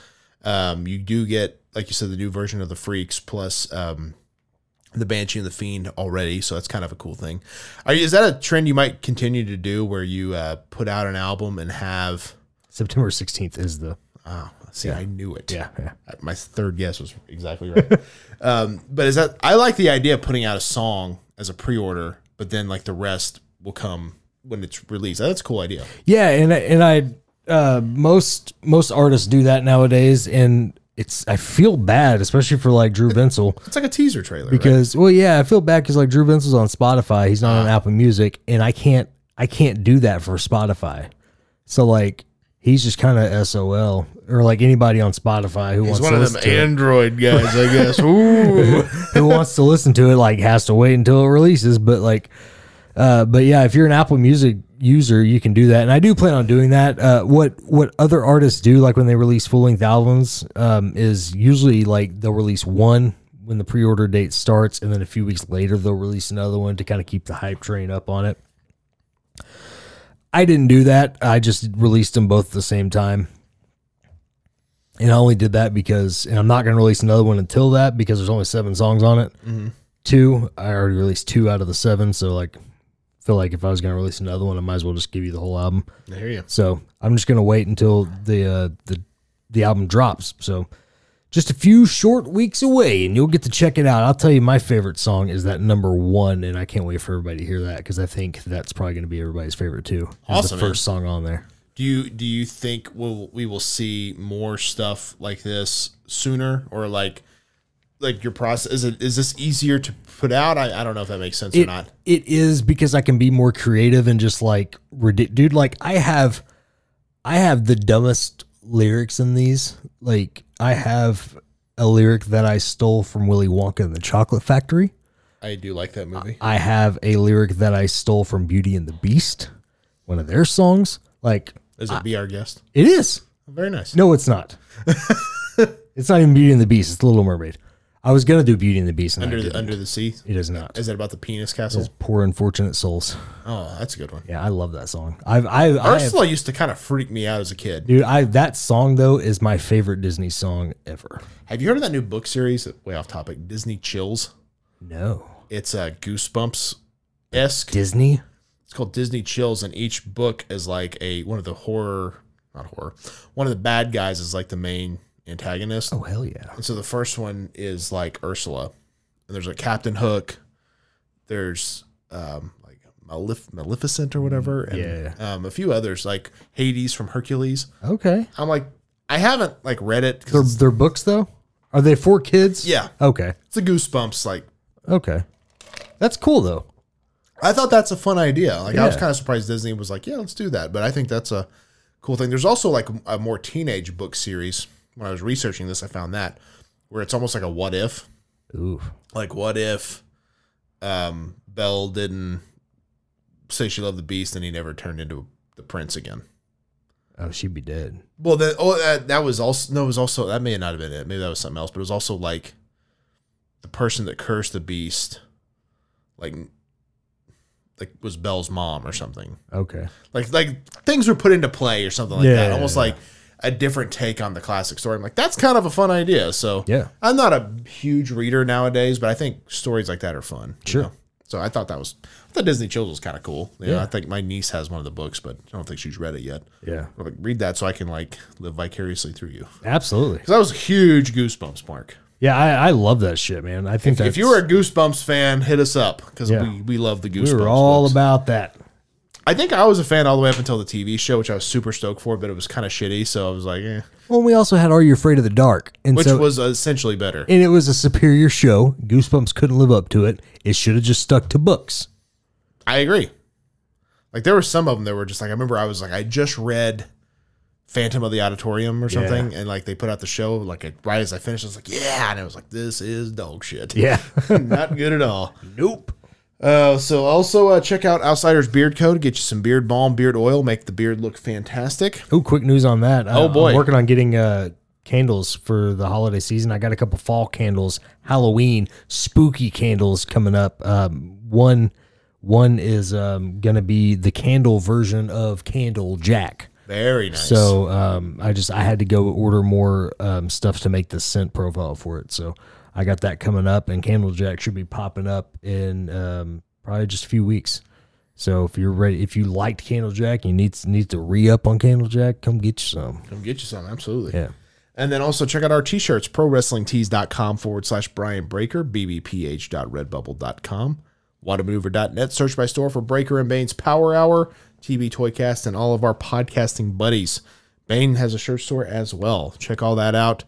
[SPEAKER 2] um, you do get, like you said, the new version of the freaks plus, um, the Banshee and the Fiend already, so that's kind of a cool thing. Are you, is that a trend you might continue to do, where you uh, put out an album and have?
[SPEAKER 3] september 16th is the
[SPEAKER 2] Oh, see, I knew it.
[SPEAKER 3] yeah, yeah.
[SPEAKER 2] my third guess was exactly right. um, but is that I like the idea of putting out a song as a pre-order, but then like the rest will come when it's released. That's a cool idea.
[SPEAKER 3] Yeah, and I- and I uh, most most artists do that nowadays, and it's I feel bad, especially for like Drew Bensel,
[SPEAKER 2] It's like a teaser trailer right?
[SPEAKER 3] because well, yeah, I feel bad because like Drew Bensel's on Spotify, he's not on Apple Music, and I can't I can't do that for Spotify, so like he's just kind of SOL or like anybody on Spotify who wants
[SPEAKER 2] He's one
[SPEAKER 3] to
[SPEAKER 2] of
[SPEAKER 3] listen
[SPEAKER 2] them
[SPEAKER 3] to it-
[SPEAKER 2] Android guys, I guess. Ooh.
[SPEAKER 3] who wants to listen to it like has to wait until it releases but like uh but yeah if you're an apple music user you can do that and i do plan on doing that uh what what other artists do like when they release full-length albums um is usually like they'll release one when the pre-order date starts and then a few weeks later they'll release another one to kind of keep the hype train up on it i didn't do that i just released them both at the same time and I only did that because, and I'm not going to release another one until that because there's only seven songs on it.
[SPEAKER 2] Mm-hmm.
[SPEAKER 3] Two, I already released two out of the seven, so like, feel like if I was going to release another one, I might as well just give you the whole album.
[SPEAKER 2] I hear you.
[SPEAKER 3] So I'm just going to wait until the uh, the the album drops. So just a few short weeks away, and you'll get to check it out. I'll tell you, my favorite song is that number one, and I can't wait for everybody to hear that because I think that's probably going to be everybody's favorite too. is
[SPEAKER 2] Awesome,
[SPEAKER 3] the
[SPEAKER 2] man.
[SPEAKER 3] first song on there.
[SPEAKER 2] Do you do you think we'll we will see more stuff like this sooner or like like your process is it is this easier to put out? I, I don't know if that makes sense or
[SPEAKER 3] it,
[SPEAKER 2] not.
[SPEAKER 3] It is because I can be more creative and just like ridic- dude. Like I have, I have the dumbest lyrics in these. Like I have a lyric that I stole from Willy Wonka and the Chocolate Factory.
[SPEAKER 2] I do like that movie.
[SPEAKER 3] I have a lyric that I stole from Beauty and the Beast, one of their songs. Like
[SPEAKER 2] Is it Be Our Guest?
[SPEAKER 3] it is.
[SPEAKER 2] Very nice.
[SPEAKER 3] No, it's not. it's not even Beauty and the Beast. It's The Little Mermaid. I was gonna do Beauty and the Beast, and
[SPEAKER 2] Under
[SPEAKER 3] I
[SPEAKER 2] the,
[SPEAKER 3] didn't.
[SPEAKER 2] under the Sea.
[SPEAKER 3] it is not.
[SPEAKER 2] Is that about the penis
[SPEAKER 3] Those
[SPEAKER 2] castle?
[SPEAKER 3] poor unfortunate souls.
[SPEAKER 2] Oh, that's a good one.
[SPEAKER 3] Yeah, I love that song. I've, I've, I have,
[SPEAKER 2] Ursula used to kind of freak me out as a kid.
[SPEAKER 3] dude, I that song though is my favorite Disney song ever.
[SPEAKER 2] Have you heard of that new book series? Way off topic. Disney Chills.
[SPEAKER 3] No,
[SPEAKER 2] It's uh, Goosebumps esque.
[SPEAKER 3] Disney.
[SPEAKER 2] It's called Disney Chills, and each book is like a one of the horror, not horror, one of the bad guys is like the main antagonist.
[SPEAKER 3] Oh hell yeah!
[SPEAKER 2] And so the first one is like Ursula, and there's a Captain Hook, there's um like Malef- Maleficent or whatever, and
[SPEAKER 3] Mm, Yeah.
[SPEAKER 2] um, a few others like Hades from Hercules.
[SPEAKER 3] Okay,
[SPEAKER 2] I'm like, I haven't like read it. 'cause
[SPEAKER 3] their
[SPEAKER 2] it's-
[SPEAKER 3] their books though. Are they for kids?
[SPEAKER 2] yeah,
[SPEAKER 3] Okay.
[SPEAKER 2] it's a Goosebumps like
[SPEAKER 3] Okay. That's cool though.
[SPEAKER 2] I thought that's a fun idea. Like I was
[SPEAKER 3] Yeah.
[SPEAKER 2] kind of surprised Disney was like, yeah, let's do that. But I think that's a cool thing. There's also like a more teenage book series. When I was researching this, I found that where it's almost like a what if.
[SPEAKER 3] Ooh.
[SPEAKER 2] Like what if um Belle didn't say she loved the beast and he never turned into the prince again.
[SPEAKER 3] Oh, she'd be dead.
[SPEAKER 2] Well, then, oh, that, that was also no, it was also that may not have been it. Maybe that was something else. But it was also like the person that cursed the beast, like, like was Belle's mom or something.
[SPEAKER 3] Okay.
[SPEAKER 2] Like, like things were put into play or something like
[SPEAKER 3] Yeah,
[SPEAKER 2] that.
[SPEAKER 3] yeah,
[SPEAKER 2] Almost
[SPEAKER 3] yeah.
[SPEAKER 2] like a different take on the classic story. I'm like, that's kind of a fun idea. So
[SPEAKER 3] Yeah.
[SPEAKER 2] I'm not a huge reader nowadays, but I think stories like that are fun. you
[SPEAKER 3] Sure.
[SPEAKER 2] know? So I thought that was I thought Disney Chills was kind of cool. You know,
[SPEAKER 3] Yeah.
[SPEAKER 2] I think my niece has one of the books, but I don't think she's read it yet.
[SPEAKER 3] Yeah.
[SPEAKER 2] I'm like, read that so I can like live vicariously through you.
[SPEAKER 3] Absolutely.
[SPEAKER 2] Because that was a huge Goosebumps, Mark.
[SPEAKER 3] Yeah, I, I love that shit, man. I think that's,
[SPEAKER 2] If you were a Goosebumps fan, hit us up because
[SPEAKER 3] Yeah.
[SPEAKER 2] we, we love the Goosebumps.
[SPEAKER 3] we were all
[SPEAKER 2] books.
[SPEAKER 3] about that.
[SPEAKER 2] I think I was a fan all the way up until the TV show, which I was super stoked for, but it was kind of shitty. So I was like, eh.
[SPEAKER 3] Well, we also had Are You Afraid of the Dark? And
[SPEAKER 2] which
[SPEAKER 3] so,
[SPEAKER 2] was essentially better.
[SPEAKER 3] and it was a superior show. Goosebumps couldn't live up to it. It should have just stuck to books.
[SPEAKER 2] I agree. Like there were some of them that were just like I remember I was like I just read Phantom of the Auditorium or something, and like they put out the show like it- right as I finished, I was like, yeah, and I was like, this is dog shit.
[SPEAKER 3] Yeah.
[SPEAKER 2] not good at all. Nope. Uh, so also uh, check out Outsiders Beard Co. to get you some beard balm, beard oil, make the beard look fantastic.
[SPEAKER 3] oh, quick news on that. Uh,
[SPEAKER 2] Oh, boy.
[SPEAKER 3] I'm working on getting uh, candles for the holiday season. I got a couple fall candles, Halloween, spooky candles coming up. Um, one one is um, going to be the candle version of Candle Jack.
[SPEAKER 2] Very nice.
[SPEAKER 3] So um, I just I had to go order more um, stuff to make the scent profile for it. So I got that coming up, and Candlejack should be popping up in um, probably just a few weeks. So if you're ready, if you liked Candlejack, you need need to re up on Candlejack. Come get you some.
[SPEAKER 2] come get you some, absolutely.
[SPEAKER 3] Yeah.
[SPEAKER 2] And then also check out our t-shirts, prowrestlingtees.com forward slash Brian Breaker, bbph.redbubble.com, wadamaneuver.net, search by store for Breaker and Bane's Power Hour, TV Toycast, and all of our podcasting buddies. Bane has a shirt store as well. Check all that out.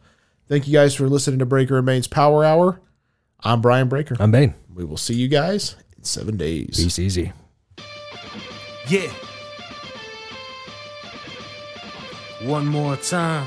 [SPEAKER 2] Thank you guys for listening to Breaker and Bane's Power Hour. I'm Brian Breaker.
[SPEAKER 3] I'm Bane.
[SPEAKER 2] We will see you guys in seven days.
[SPEAKER 3] Peace easy.
[SPEAKER 5] Yeah. One more time.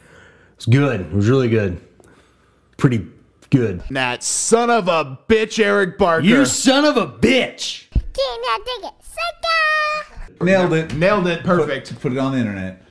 [SPEAKER 3] It's good. It was really good. Pretty good.
[SPEAKER 6] That son of a bitch, Eric Barker.
[SPEAKER 7] You son of a bitch!
[SPEAKER 8] King, I dig it. Sucker!
[SPEAKER 9] Nailed it.
[SPEAKER 6] nailed it. Perfect.
[SPEAKER 9] Put it on the internet.